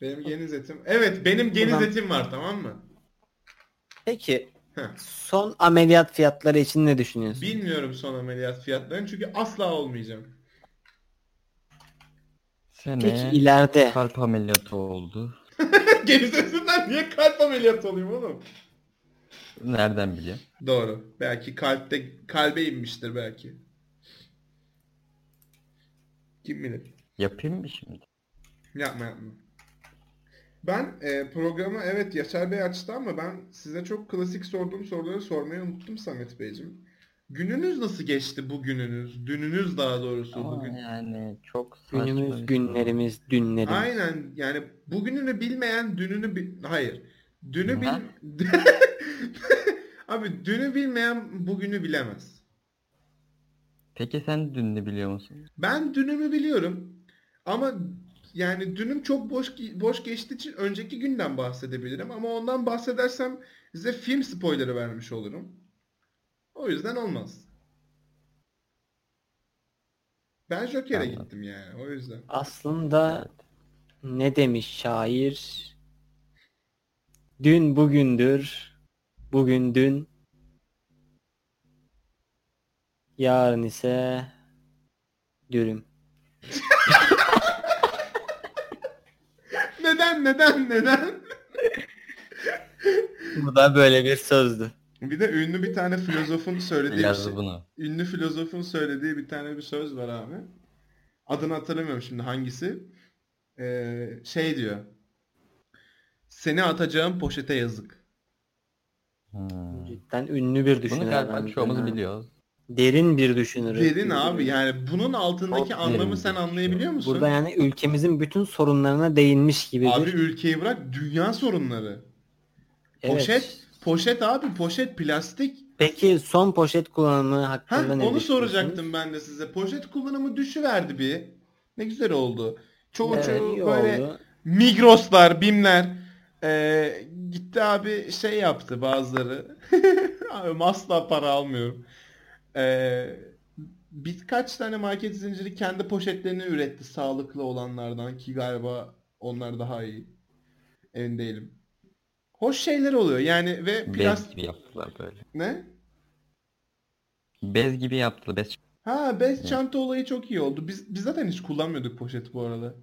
B: Benim geniz etim. Evet benim geniz
C: Ulan.
B: etim var tamam mı?
C: Peki
B: Heh.
C: son ameliyat fiyatları için ne düşünüyorsun?
B: Bilmiyorum son ameliyat fiyatlarını çünkü asla olmayacağım.
A: Seneye
C: Peki ileride
A: kalp ameliyatı oldu.
B: geniz etinden niye kalp ameliyatı olayım oğlum?
A: Nereden biliyor?
B: Doğru. Belki kalpte kalbe inmiştir belki. Kim bilir.
A: Yapayım mı şimdi?
B: Yapma yapma. Ben e, programı evet Yaşar Bey açtı ama ben size çok klasik sorduğum soruları sormayı unuttum Samet Beyciğim. Gününüz nasıl geçti bugününüz? Dününüz daha doğrusu
A: Ama
B: bugün.
A: yani çok saçma bir şey.
C: Günümüz,
A: soru.
C: günlerimiz, dünlerimiz.
B: Aynen yani bugününü bilmeyen dününü bil... Hayır. Dünü bil...
A: Ha?
B: Abi dünü bilmeyen bugünü bilemez.
A: Peki sen dününü biliyor musun?
B: Ben dünümü biliyorum ama yani dünüm çok boş ge- boş geçtiği için önceki günden bahsedebilirim ama ondan bahsedersem size film spoilerı vermiş olurum. O yüzden olmaz. Ben Joker'e
A: Anladım.
B: gittim yani o yüzden.
C: Aslında ne demiş şair? Dün bugündür, bugün dün. Yarın ise dürüm.
B: Neden neden neden?
C: Bu da böyle bir sözdü.
B: Bir de ünlü bir tane filozofun söylediği bir şey.
A: Yaz bunu.
B: ünlü filozofun söylediği bir tane bir söz var abi. Adını hatırlamıyorum şimdi hangisi. Ee, şey diyor. Seni atacağım poşete yazık.
A: Hmm.
C: Cidden ünlü bir düşünür.
A: Bunu galiba çoğumuz biliyoruz.
C: Derin bir düşünür.
B: Derin abi yani bunun altındaki
A: Çok derin
B: anlamı
A: bir
B: sen
A: şey.
B: anlayabiliyor musun?
C: Burada yani ülkemizin bütün sorunlarına değinmiş gibi
B: Abi
C: bir...
B: ülkeyi bırak dünya sorunları.
C: Evet.
B: Poşet, poşet abi poşet plastik.
C: Peki son poşet kullanımı
B: Ha
C: hakkında ne
B: onu
C: düşünüyorsunuz?
B: soracaktım ben de size. Poşet kullanımı düşüverdi bir. Ne güzel oldu. Çoğu
C: Evet,
B: çoğu
C: iyi
B: böyle
C: oldu.
B: Migroslar, Bimler eee, gitti abi şey yaptı bazıları. Abi asla para almıyorum. Eee birkaç tane market zinciri kendi poşetlerini üretti sağlıklı olanlardan ki galiba onlar daha iyi. Emin değilim. Hoş şeyler oluyor yani ve
A: Bez
B: plastik
A: gibi yaptılar böyle.
B: ne?
A: Bez gibi yaptılar. Bez
B: Ha bez
A: Evet.
B: çanta olayı çok iyi oldu. Biz, biz zaten hiç kullanmıyorduk poşeti bu arada.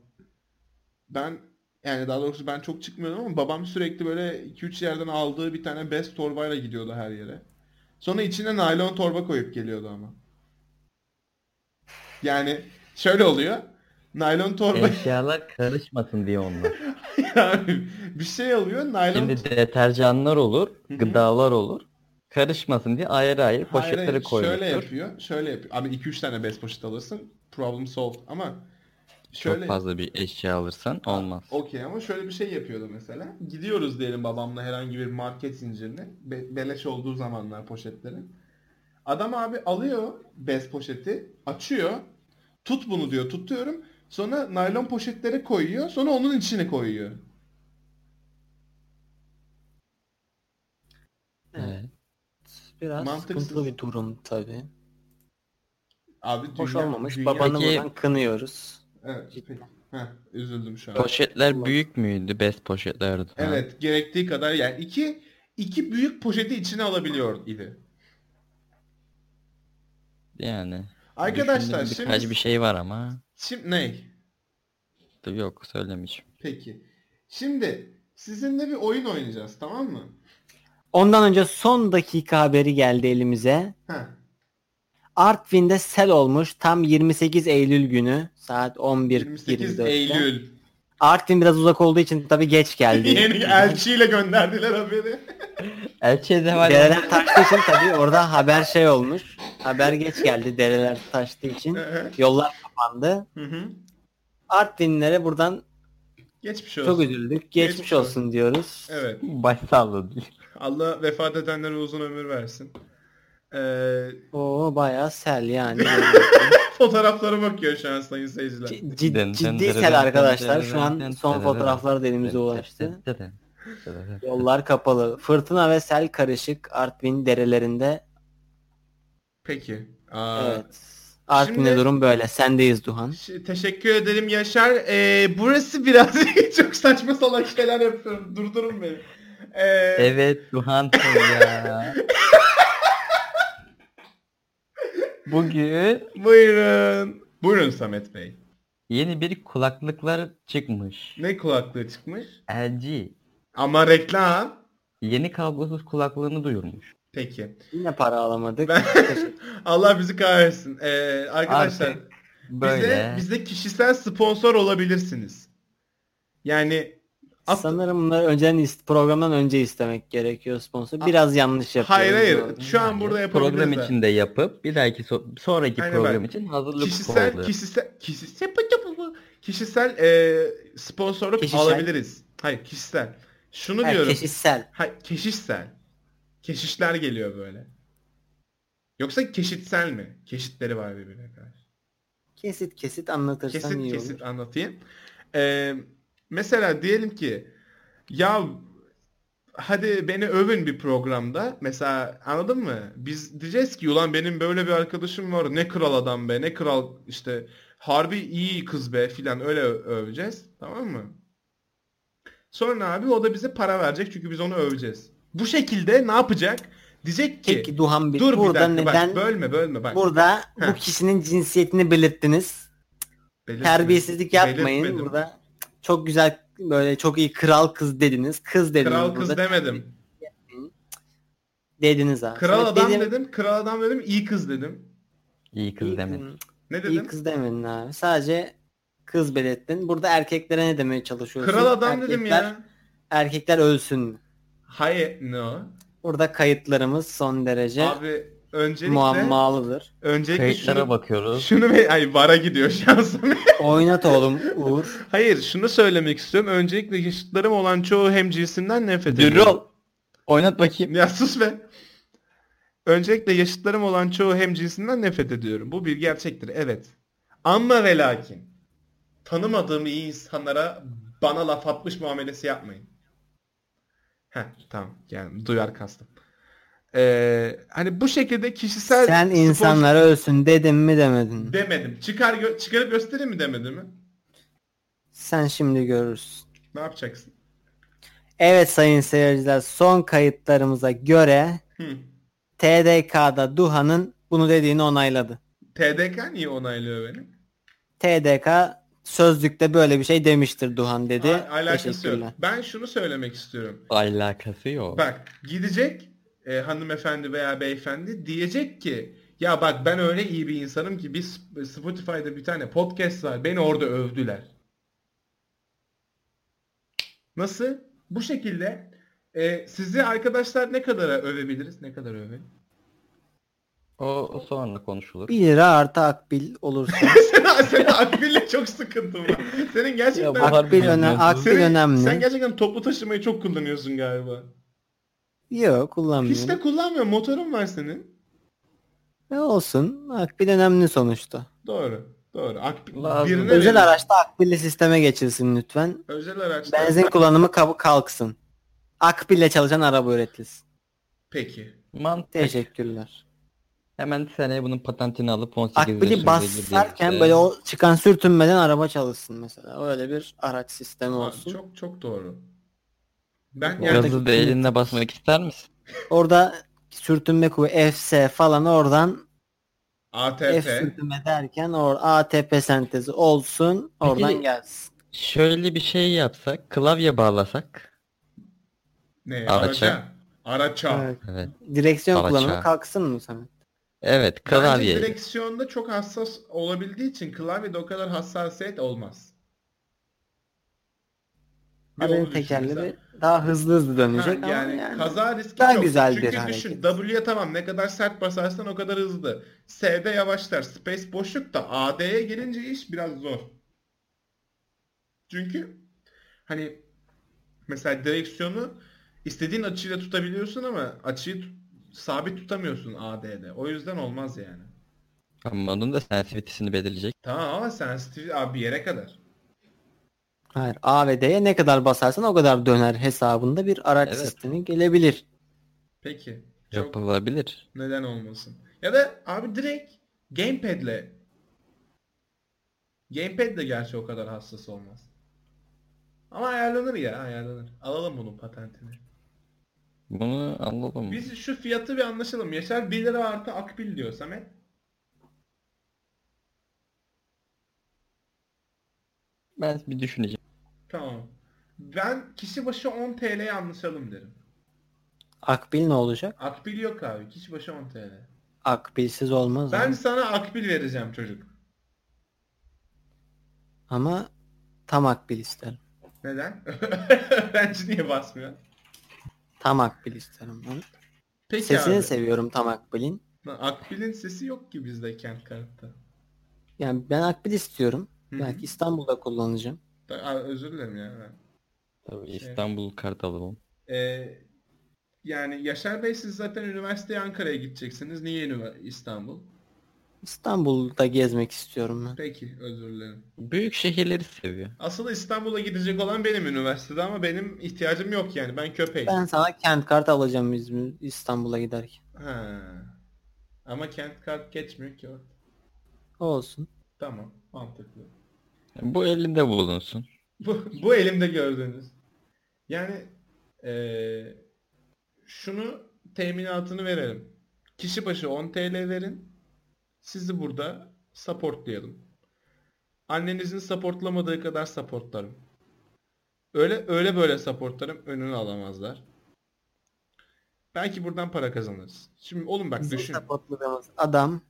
B: Ben yani daha doğrusu ben çok çıkmıyordum ama babam sürekli böyle 2-3 yerden aldığı bir tane bez torbayla gidiyordu her yere. Sonra içine naylon torba koyup geliyordu ama. Yani şöyle oluyor. Naylon torba
A: eşyalar karışmasın diye onlar.
B: yani bir şey oluyor. Naylon
A: Şimdi deterjanlar olur,
B: hı.
A: gıdalar olur. Karışmasın diye ayrı ayrı
B: Hayır,
A: poşetlere
B: hayır, Şöyle
A: koymuştur.
B: yapıyor. Şöyle yapıyor. Abi 2-3 tane bez poşet alırsın. Problem solved ama
A: Çok
B: şöyle
A: fazla bir eşya alırsan olmaz.
B: Okey ama şöyle bir şey yapıyordu mesela. Gidiyoruz diyelim babamla herhangi bir market zincirine. Be- beleş olduğu zamanlar poşetleri. Adam abi alıyor bez poşeti, açıyor. Tut bunu diyor, tutuyorum. Sonra naylon poşetlere koyuyor. Sonra onun içine koyuyor.
A: Evet.
C: Biraz
B: Mantıksız.
C: sıkıntılı bir durum tabii.
B: Abi
C: Hoş
B: dünya-
C: olmamış.
B: dünya-
C: Babanı
A: Peki-
C: buradan kınıyoruz.
B: Evet, peki. Heh, üzüldüm şu an.
A: Ee, Poşetler büyük müydü? Bez poşetlerdi. falan.
B: Evet, gerektiği kadar yani iki iki büyük poşeti içine alabiliyor idi.
A: Yani.
B: Arkadaşlar
A: Düşündüğüm
B: şimdi
A: birkaç bir şey var ama
B: şimdi ne?
A: dur, yok söylemişim.
B: Peki. Şimdi sizinle bir oyun oynayacağız tamam mı?
C: Ondan önce son dakika haberi geldi elimize.
B: Ha.
C: Artvin'de sel olmuş tam 28 Eylül günü saat
B: 28
C: 11.24'te.
B: Eylül.
C: Artvin biraz uzak olduğu için tabii geç geldi.
B: Yeni elçiyle gönderdiler haberi.
A: Elçiye de var.
C: Dereler taştığı için tabii orada haber şey olmuş. Haber geç geldi dereler taştığı için.
B: Hı
C: Yollar kapandı.
B: hı.
C: Artvinlere buradan
B: Geçmiş olsun.
C: çok üzüldük.
B: Geçmiş
C: Geçmiş olsun diyoruz.
B: Evet.
A: Baş salladı.
B: Allah vefat edenlere uzun ömür versin. Ee,
C: Oo bayağı sel yani.
B: fotoğraflara bakıyor şu an sayın seyirciler.
C: C-
A: Den-
C: cid- ciddi
A: den- den-
C: sel arkadaşlar.
A: den-
C: Şu an
A: den-
C: son
A: den-
C: fotoğraflar da elimize ulaştı. Yollar kapalı. Fırtına ve sel karışık Artvin derelerinde.
B: Peki. Aa,
C: Evet. Artvin'de
B: Şimdi-
C: durum böyle. Sendeyiz Duhan.
B: Ş- Teşekkür ederim Yaşar. Ee, burası biraz çok saçma salak şeyler yapıyorum. Durdurun beni. Ee,
A: Evet Duhan ya. Bugün
B: Buyurun. Buyurun Samet Bey.
A: yeni bir kulaklıklar çıkmış.
B: Ne kulaklığı çıkmış?
A: LG
B: Ama reklam.
A: yeni kablosuz kulaklığını duyurmuş.
B: Peki.
C: Yine para alamadık.
B: Ben- Allah bizi kahretsin. Ee, arkadaşlar
A: Artık. Böyle.
B: Bize, bize kişisel sponsor olabilirsiniz. Yani at-
C: Sanırım bunları önceden ist- programdan önce istemek gerekiyor sponsor.
B: A-
C: Biraz yanlış yapıyoruz.
B: hayır hayır.
C: bu arada.
B: Şu an burada yapabiliriz.
A: Program
B: ha.
A: için de yapıp bir dahaki so- sonraki
B: Aynen
A: program
B: bak.
A: için hazırlık
B: kişisel
A: oluyor.
B: kişisel kişisel kişisel e, sponsorluk
C: Kişisel.
B: alabiliriz. Hayır kişisel. Şunu
C: Hayır,
B: diyorum.
C: Kişisel.
B: Hayır, keşişsel. Keşişler geliyor böyle. Yoksa keşitsel mi? Keşitleri var birbirine karşı.
C: Kesit kesit anlatırsan iyi
B: Kesit
C: olur.
B: kesit anlatayım. Ee, mesela diyelim ki ya hadi beni övün bir programda. Mesela anladın mı? Biz diyeceğiz ki ulan benim böyle bir arkadaşım var. Ne kral adam be. Ne kral işte harbi iyi kız be filan öyle ö- öveceğiz. Tamam mı? Sonra abi o da bize para verecek çünkü biz onu öveceğiz. Bu şekilde ne yapacak? Diyecek ki
C: Peki Duhan bir
B: dur bir
C: burada
B: dakika
C: neden
B: bak bölme bölme bak.
C: burada bu
B: Heh.
C: kişinin cinsiyetini belirttiniz.
B: Belirtmedim.
C: Terbiyesizlik yapmayın
B: Belirtmedim.
C: burada. Çok güzel böyle çok iyi kral kız dediniz. Kız dediniz
B: Kral kız
C: burada.
B: demedim.
C: Dediniz abi.
B: Kral
C: Sonra
B: adam
C: dedim-
B: dedim, kral adam dedim, iyi kız dedim.
A: İyi
C: İyi
A: kız demek.
C: kız-
B: Ne
C: İyi
B: dedim?
C: kız demedin abi. Sadece kız belirttin. Burada erkeklere ne demeye çalışıyorsun?
B: Kral adam dedim
C: Erkekler-
B: ya.
C: Erkekler ölsün.
B: Hayır, no.
C: Burada kayıtlarımız son derece
B: Abi öncelikle
C: muammalıdır.
B: öncelikle
A: Kayıtlara
B: şunu,
A: bakıyoruz.
B: şunu ve ay vara gidiyor şansım.
C: Oynat oğlum Uğur.
B: Hayır, şunu söylemek istiyorum. Öncelikle yaşıtlarım olan çoğu hem cinsinden nefret ediyorum.
A: Dürol. Oynat bakayım.
B: Ya sus be. Öncelikle yaşıtlarım olan çoğu hem cinsinden nefret ediyorum. Bu bir gerçektir. Evet. Ama ve lakin tanımadığım iyi insanlara bana laf atmış muamelesi yapmayın. Heh tamam. Yani duyar kastım. Ee, hani bu şekilde kişisel
C: Sen
B: spons-
C: insanlara ölsün dedin mi demedin.
B: demedim. Çıkar gö- çıkarıp göstereyim mi demedim mi?
C: Sen şimdi görürsün.
B: Ne yapacaksın?
C: Evet sayın seyirciler son kayıtlarımıza göre
B: Hı.
C: TDK'da Duhan'ın bunu dediğini onayladı.
B: TDK niye onaylıyor beni?
C: TDK sözlükte böyle bir şey demiştir Duhan dedi.
B: A- alakası yok.
C: Teşekkürler.
B: Ben şunu söylemek istiyorum.
A: Alakası yok.
B: Bak gidecek e, hanımefendi veya beyefendi diyecek ki ya bak ben öyle iyi bir insanım ki biz Spotify'da bir tane podcast var beni orada övdüler. Nasıl? Bu şekilde e, sizi arkadaşlar ne kadara övebiliriz? Ne kadar övelim?
A: O sonra konuşulur.
C: 1 lira artı akbil olursa.
B: Senin- Senin Akbil'le çok sıkıntın var. Senin
A: Ya bu
B: gerçekten...
A: harbi
C: akbil, öne-
A: biliyorsun.
C: akbil
B: senin-
C: önemli.
B: Sen gerçekten toplu taşımayı çok kullanıyorsun galiba.
C: Yok kullanmıyorum.
B: Hiç de kullanmıyor. Motorun var senin.
C: E olsun. Akbil önemli sonuçta.
B: Doğru. Doğru. Akbil,
A: Lazım.
B: birine verin.
C: Özel araçta akbilli sisteme geçilsin lütfen.
B: Özel araçlar.
C: Benzin kullanımı kab- kalksın. Akbille çalışan araba üretilsin.
B: Peki.
A: Mantık.
C: Teşekkürler.
A: Hemen seneye bunun patentini alıp 18
C: Akbili
A: yaşında
C: basarken
A: girdiğimizde-
C: böyle o çıkan sürtünmeden araba çalışsın mesela. Öyle bir araç sistemi
B: Aa,
C: olsun.
B: Çok çok doğru. Ben yani
A: Gazı da elinle basmak ister misin?
C: Orada sürtünme kuvveti FS falan oradan F
B: ATP
C: sürtünme derken or ATP sentezi olsun
A: Peki-
C: oradan gelsin.
A: Şöyle bir şey yapsak, klavye bağlasak.
B: ne?
A: Araça.
B: Araça. Araça.
C: Evet.
A: Evet.
C: Direksiyon
A: Araç
C: kullanımı
A: ha.
C: kalksın mı sana?
A: Evet,
B: Bence
A: klavye.
B: direksiyonda çok hassas olabildiği için klavyede o kadar hassasiyet olmaz. Bir
C: Arabanın
B: onu düşün
C: tekerleri
B: mesela.
C: daha hızlı hızlı
B: Ha,
C: dönecek ama
B: yani,
C: yani
B: kaza riski
C: daha
B: yok.
C: güzel
B: Çünkü
C: bir
B: düşün
C: hareket.
B: W'ye tamam ne kadar sert basarsan o kadar hızlı. S'de yavaşlar. Space boşluk da AD'ye gelince iş biraz zor. Çünkü hani mesela direksiyonu istediğin açıyla tutabiliyorsun ama açıyı tut- sabit tutamıyorsun AD'de. O yüzden olmaz yani.
A: Ama onun da sensitivitesini belirleyecek.
B: Tamam ama sensitif abi bir yere kadar.
C: Hayır. A ve D'ye ne kadar basarsan o kadar döner hesabında bir araç
A: Evet.
C: sistemi gelebilir.
B: Peki. Çok
A: Yapılabilir.
B: neden olmasın. Ya da abi direkt gamepad'le gamepad'le gerçi o kadar hassas olmaz. Ama ayarlanır ya ayarlanır. Alalım bunun patentini.
A: Bunu anladım.
B: Biz şu fiyatı bir anlaşalım. Yaşar 1 lira artı akbil diyor Samet.
A: Ben bir düşüneceğim.
B: Tamam. Ben kişi başı 10 TL'ye anlaşalım derim.
C: Akbil ne olacak?
B: Akbil yok abi. Kişi başı 10 TL.
C: Akbilsiz olmaz.
B: Ben
C: abi.
B: sana akbil vereceğim çocuk.
C: Ama tam akbil isterim.
B: Neden? Öğrenci niye basmıyor?
C: Tam akbil isterim. ben.
B: Peki
C: Sesini
B: abi.
C: seviyorum tam akbilin.
B: Lan Akbil'in sesi yok ki bizde kent kartta.
C: Yani ben akbil istiyorum.
B: Hı hı.
C: Belki İstanbul'da kullanacağım.
B: Da- Aa, özür dilerim ya. ben.
A: Tabii
B: Şey-
A: İstanbul Kartalı.
B: Ee, yani Yaşar Bey siz zaten üniversiteye Ankara'ya gideceksiniz. Niye ünivers- İstanbul?
C: İstanbul'da gezmek istiyorum ben.
B: Peki özür dilerim.
A: Büyük şehirleri seviyor.
B: Asıl İstanbul'a gidecek olan benim üniversitede ama benim ihtiyacım yok yani. Ben köpeğim.
C: Ben sana kent kartı alacağım İzmir, İstanbul'a giderken.
B: Ha. Ama kent kart geçmiyor ki. o.
C: Olsun.
B: Tamam. Mantıklı.
A: Bu elinde bulunsun.
B: Bu, bu elimde gördüğünüz. Yani eee, şunu teminatını verelim. Kişi başı 10 TL verin. Sizi burada supportlayalım. Annenizin supportlamadığı kadar supportlarım. Öyle öyle böyle supportlarım önünü alamazlar. Belki buradan para kazanırız. Şimdi oğlum bak
C: Bizim
B: düşün.
C: sapatladığımız adam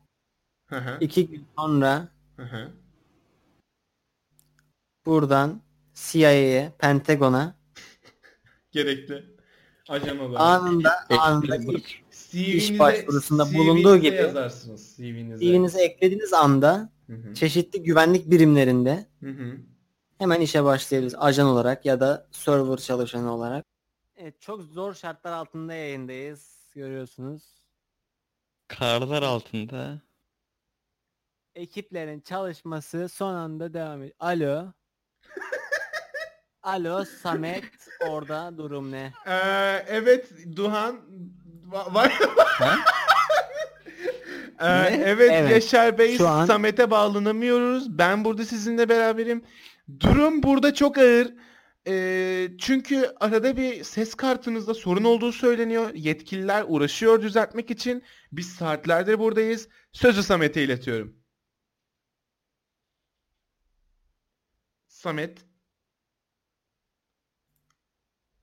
B: Hı hı,
C: iki gün sonra
B: hı hı.
C: buradan CIA'ye, Pentagon'a
B: Gerekli acamalar.
C: anında anında
A: Ekstribur.
B: CV'nize-
C: başvurusunda
B: CV'nize
C: bulunduğu gibi
B: yazarsınız CV'nize.
C: CV'nize eklediğiniz anda
B: Hı hı.
C: çeşitli güvenlik birimlerinde
B: Hı hı.
C: hemen işe başlayabiliriz ajan olarak ya da server çalışanı olarak. Evet, çok zor şartlar altında yayındayız görüyorsunuz.
A: Karlar altında.
C: Ekiplerin çalışması son anda devam ediyor. Alo. Alo Samet orada durum ne?
B: Ee, evet Duhan va- var.
A: Ha?
B: Ee,
C: Ne?
B: evet,
C: Evet.
B: Yaşar Bey
C: Şu an-
B: Samet'e bağlanamıyoruz. Ben burada sizinle beraberim. Durum burada çok ağır. Ee, çünkü arada bir ses kartınızda sorun olduğu söyleniyor. Yetkililer uğraşıyor düzeltmek için. Biz saatlerdir buradayız. Sözü Samet'e iletiyorum. Samet.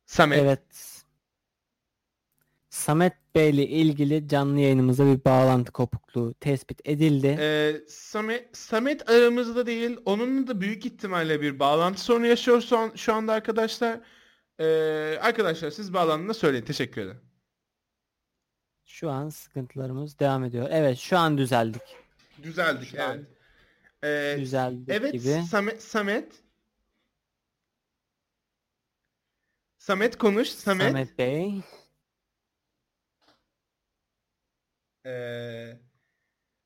B: Samet.
C: Evet. Samet Bey'le ilgili canlı yayınımıza bir bağlantı kopukluğu tespit edildi.
B: Ee, Samet, Samet aramızda değil. Onunla da büyük ihtimalle bir bağlantı sorunu yaşıyor şu, an- şu anda arkadaşlar. Ee, arkadaşlar siz bağlandığında söyleyin. Teşekkür ederim.
C: Şu an sıkıntılarımız devam ediyor. Evet şu an düzeldik.
B: Düzeldik
C: Şu an
B: evet. Ee,
C: Düzeldik
B: evet
C: gibi.
B: Samet, Samet. Samet konuş. Samet.
C: Samet Bey.
B: Ee,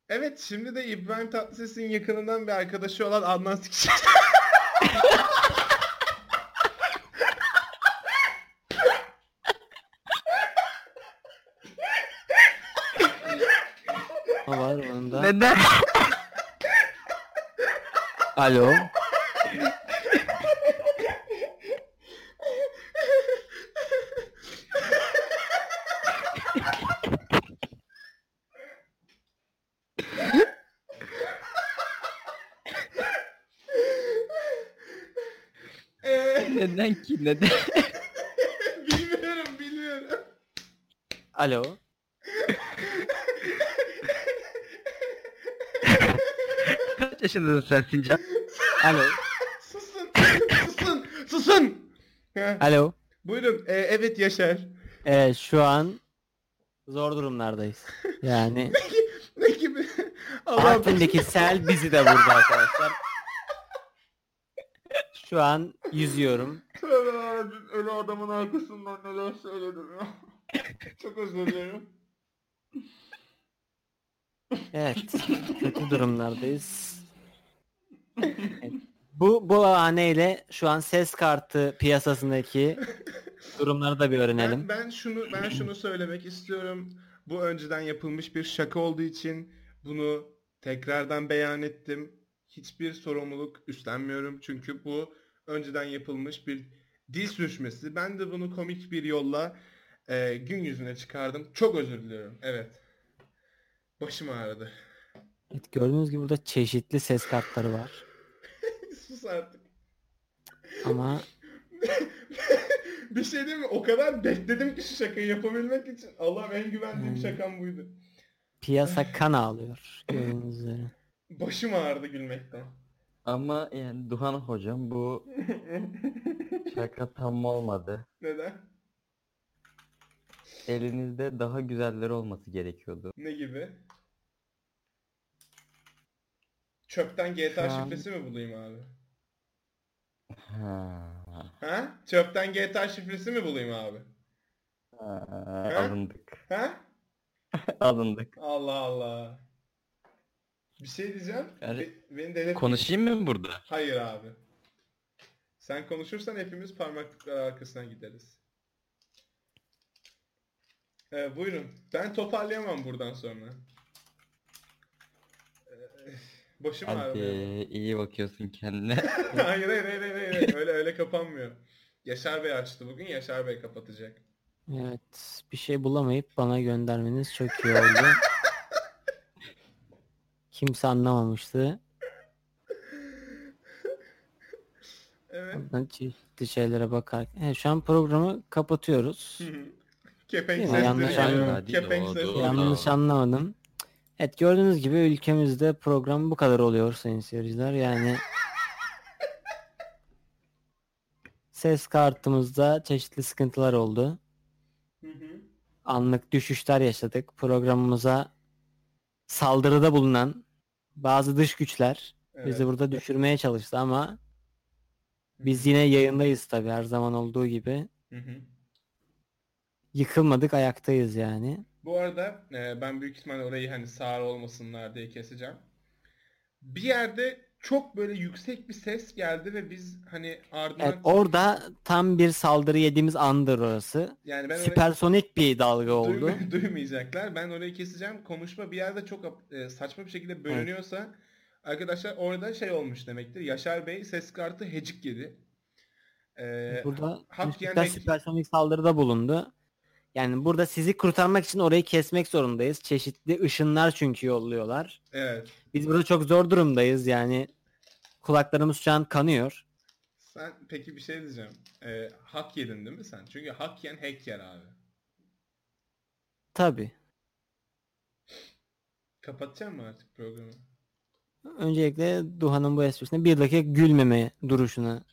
B: evet şimdi de İbrahim Tatlıses'in yakınından bir arkadaşı olan Adnan Sikşi.
C: O var onun da.
A: Neden?
C: Alo.
B: Ee,
A: Neden ki? Neden?
B: bilmiyorum bilmiyorum.
C: Alo.
A: Kaç yaşındasın sen Sincan?
C: Alo.
B: Susun. Susun. Susun. Ha,
C: Alo.
B: Buyurun. Ee, evet Yaşar.
C: Evet şu an zor durumlardayız. Yani
B: Ne gibi? Allah'ım.
C: Artvin'deki sel bizi de vurdu arkadaşlar. Şu an yüzüyorum.
B: Tövbe yarabbim, Öyle adamın arkasından neler söyledim ya. Çok özür dilerim.
C: Evet. Kötü durumlardayız. Evet. Bu bu bahaneyle şu an ses kartı piyasasındaki durumları da bir öğrenelim.
B: Ben, ben şunu ben şunu söylemek istiyorum. Bu önceden yapılmış bir şaka olduğu için bunu tekrardan beyan ettim. Hiçbir sorumluluk üstlenmiyorum çünkü bu önceden yapılmış bir dil sürçmesi. Ben de bunu komik bir yolla e, gün yüzüne çıkardım. Çok özür diliyorum. Evet. Başım ağrıdı.
C: Evet, gördüğünüz gibi burada çeşitli ses kartları var.
B: Sus artık.
C: Ama
B: bir şey değil mi? O kadar bekledim ki şu şakayı yapabilmek için. Allah'ım en güvendiğim
C: Hmm.
B: şakam buydu.
C: piyasa kan ağlıyor. Gördüğünüz üzere.
B: Başım ağrıdı gülmekten.
A: Ama yani Duhan hocam bu şaka tam olmadı.
B: Neden?
A: Elinizde daha güzelleri olması gerekiyordu.
B: Ne gibi? Çöpten GTA
A: Şu an-
B: şifresi mi bulayım abi?
A: Ha.
B: Ha? Çöpten GTA şifresi mi bulayım abi?
A: Ha, Alındık.
B: Ha?
A: Alındık.
B: Allah Allah. Bir şey diyeceğim.
A: Yani-
B: Be- beni delirtme.
A: Konuşayım mı burada?
B: Hayır abi. Sen konuşursan hepimiz parmaklıklar arkasına gideriz. Ee, buyurun. Ben toparlayamam buradan sonra. Ee, başım
A: Hadi
B: ağrıyor.
A: iyi bakıyorsun kendine.
B: hayır, hayır hayır hayır hayır. Öyle öyle kapanmıyor. Yaşar Bey açtı bugün. Yaşar Bey kapatacak.
C: Evet. Bir şey bulamayıp bana göndermeniz çok iyi oldu. Kimse anlamamıştı.
B: Evet.
C: Ondan çeşitli şeylere bakarken. Evet, şu an programı kapatıyoruz.
B: Hı hı. Kepenk
C: Değil mi?
B: sesleri.
C: Yanlış
B: geliyor.
C: anlamadım.
B: Kepenk
A: Doğru,
B: sesleri.
A: doğru.
C: Yanlış anlamadım. Evet gördüğünüz gibi ülkemizde program bu kadar oluyor sayın seyirciler. Yani ses kartımızda çeşitli sıkıntılar oldu.
B: Hı hı.
C: Anlık düşüşler yaşadık. Programımıza saldırıda bulunan bazı dış güçler
B: Evet.
C: bizi burada düşürmeye çalıştı ama biz yine yayındayız tabii her zaman olduğu gibi.
B: Hı hı.
C: Yıkılmadık ayaktayız yani.
B: Bu arada e, ben büyük ihtimalle orayı hani sağır olmasınlar diye keseceğim. Bir yerde çok böyle yüksek bir ses geldi ve biz hani ardından
C: Evet, E, orada tam bir saldırı yediğimiz andır orası.
B: yani ben orayı
C: Süpersonik bir dalga oldu.
B: duyma- duymayacaklar. Ben orayı keseceğim. Konuşma bir yerde çok ap- e, saçma bir şekilde bölünüyorsa arkadaşlar orada şey olmuş demektir. Yaşar Bey ses kartı hecik yedi. E,
C: Burada
B: hak
C: Hak
B: yenmek-
C: süpersonik saldırıda bulundu. Yani burada sizi kurtarmak için orayı kesmek zorundayız. Çeşitli ışınlar çünkü yolluyorlar.
B: evet.
C: Biz burada çok zor durumdayız yani. Kulaklarımız şu an kanıyor.
B: Sen peki bir şey diyeceğim. E, hak yedin değil mi sen? Çünkü hak yiyen hack yer abi.
C: Tabi.
B: Kapatacağım mı artık programı?
C: Öncelikle Duhan'ın bu esprisine bir dakika gülmeme duruşuna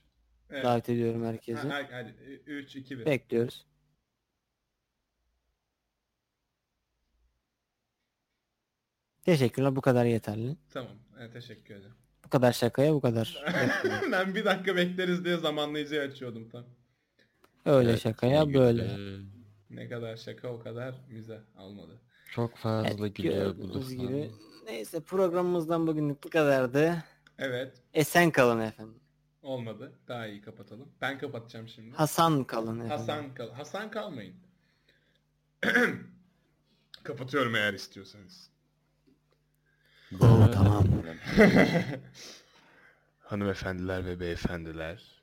B: Evet.
C: davet ediyorum herkesi.
B: Ha, ha- hadi 3 2 1.
C: Bekliyoruz. Teşekkürler bu kadar yeterli.
B: Tamam. Evet, teşekkür ederim.
C: Bu kadar şakaya bu kadar.
B: ben bir dakika bekleriz diye zamanlayıcıyı açıyordum tam.
C: Öyle
A: Evet,
C: şakaya
A: iyi
C: böyle.
A: güzel.
B: Ne kadar şaka o kadar mize almadı.
A: Çok fazla
C: Evet,
A: gülüyor bu
C: gördüğünüz
A: Duhan.
C: gibi. Neyse programımızdan bugünlük bu kadardı.
B: Evet,
C: Esen kalın efendim.
B: olmadı. Daha iyi kapatalım. Ben kapatacağım şimdi.
C: Hasan kalın efendim.
B: Hasan kal Hasan kalmayın. Kapatıyorum eğer istiyorsanız.
C: Oo, tamam.
B: Hanımefendiler ve beyefendiler,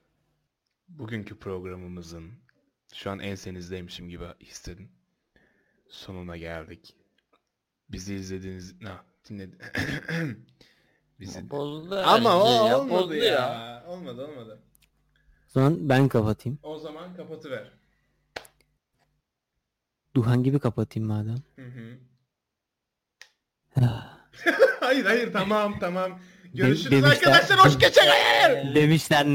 B: bugünkü programımızın şu an ensenizdeymişim gibi hissedin. Sonuna geldik. Bizi izlediğiniz... Na, dinledi. Bizi...
A: Bozdu her
B: Ama o
A: şey ya, bozdu
B: olmadı ya. Olmadı olmadı.
C: O zaman ben kapatayım.
B: O zaman kapatıver.
C: Duhan gibi kapatayım madem.
B: Hı hı. hayır hayır tamam tamam. Görüşürüz
C: demişler-
B: arkadaşlar hoş geçen hayır.
C: Demişler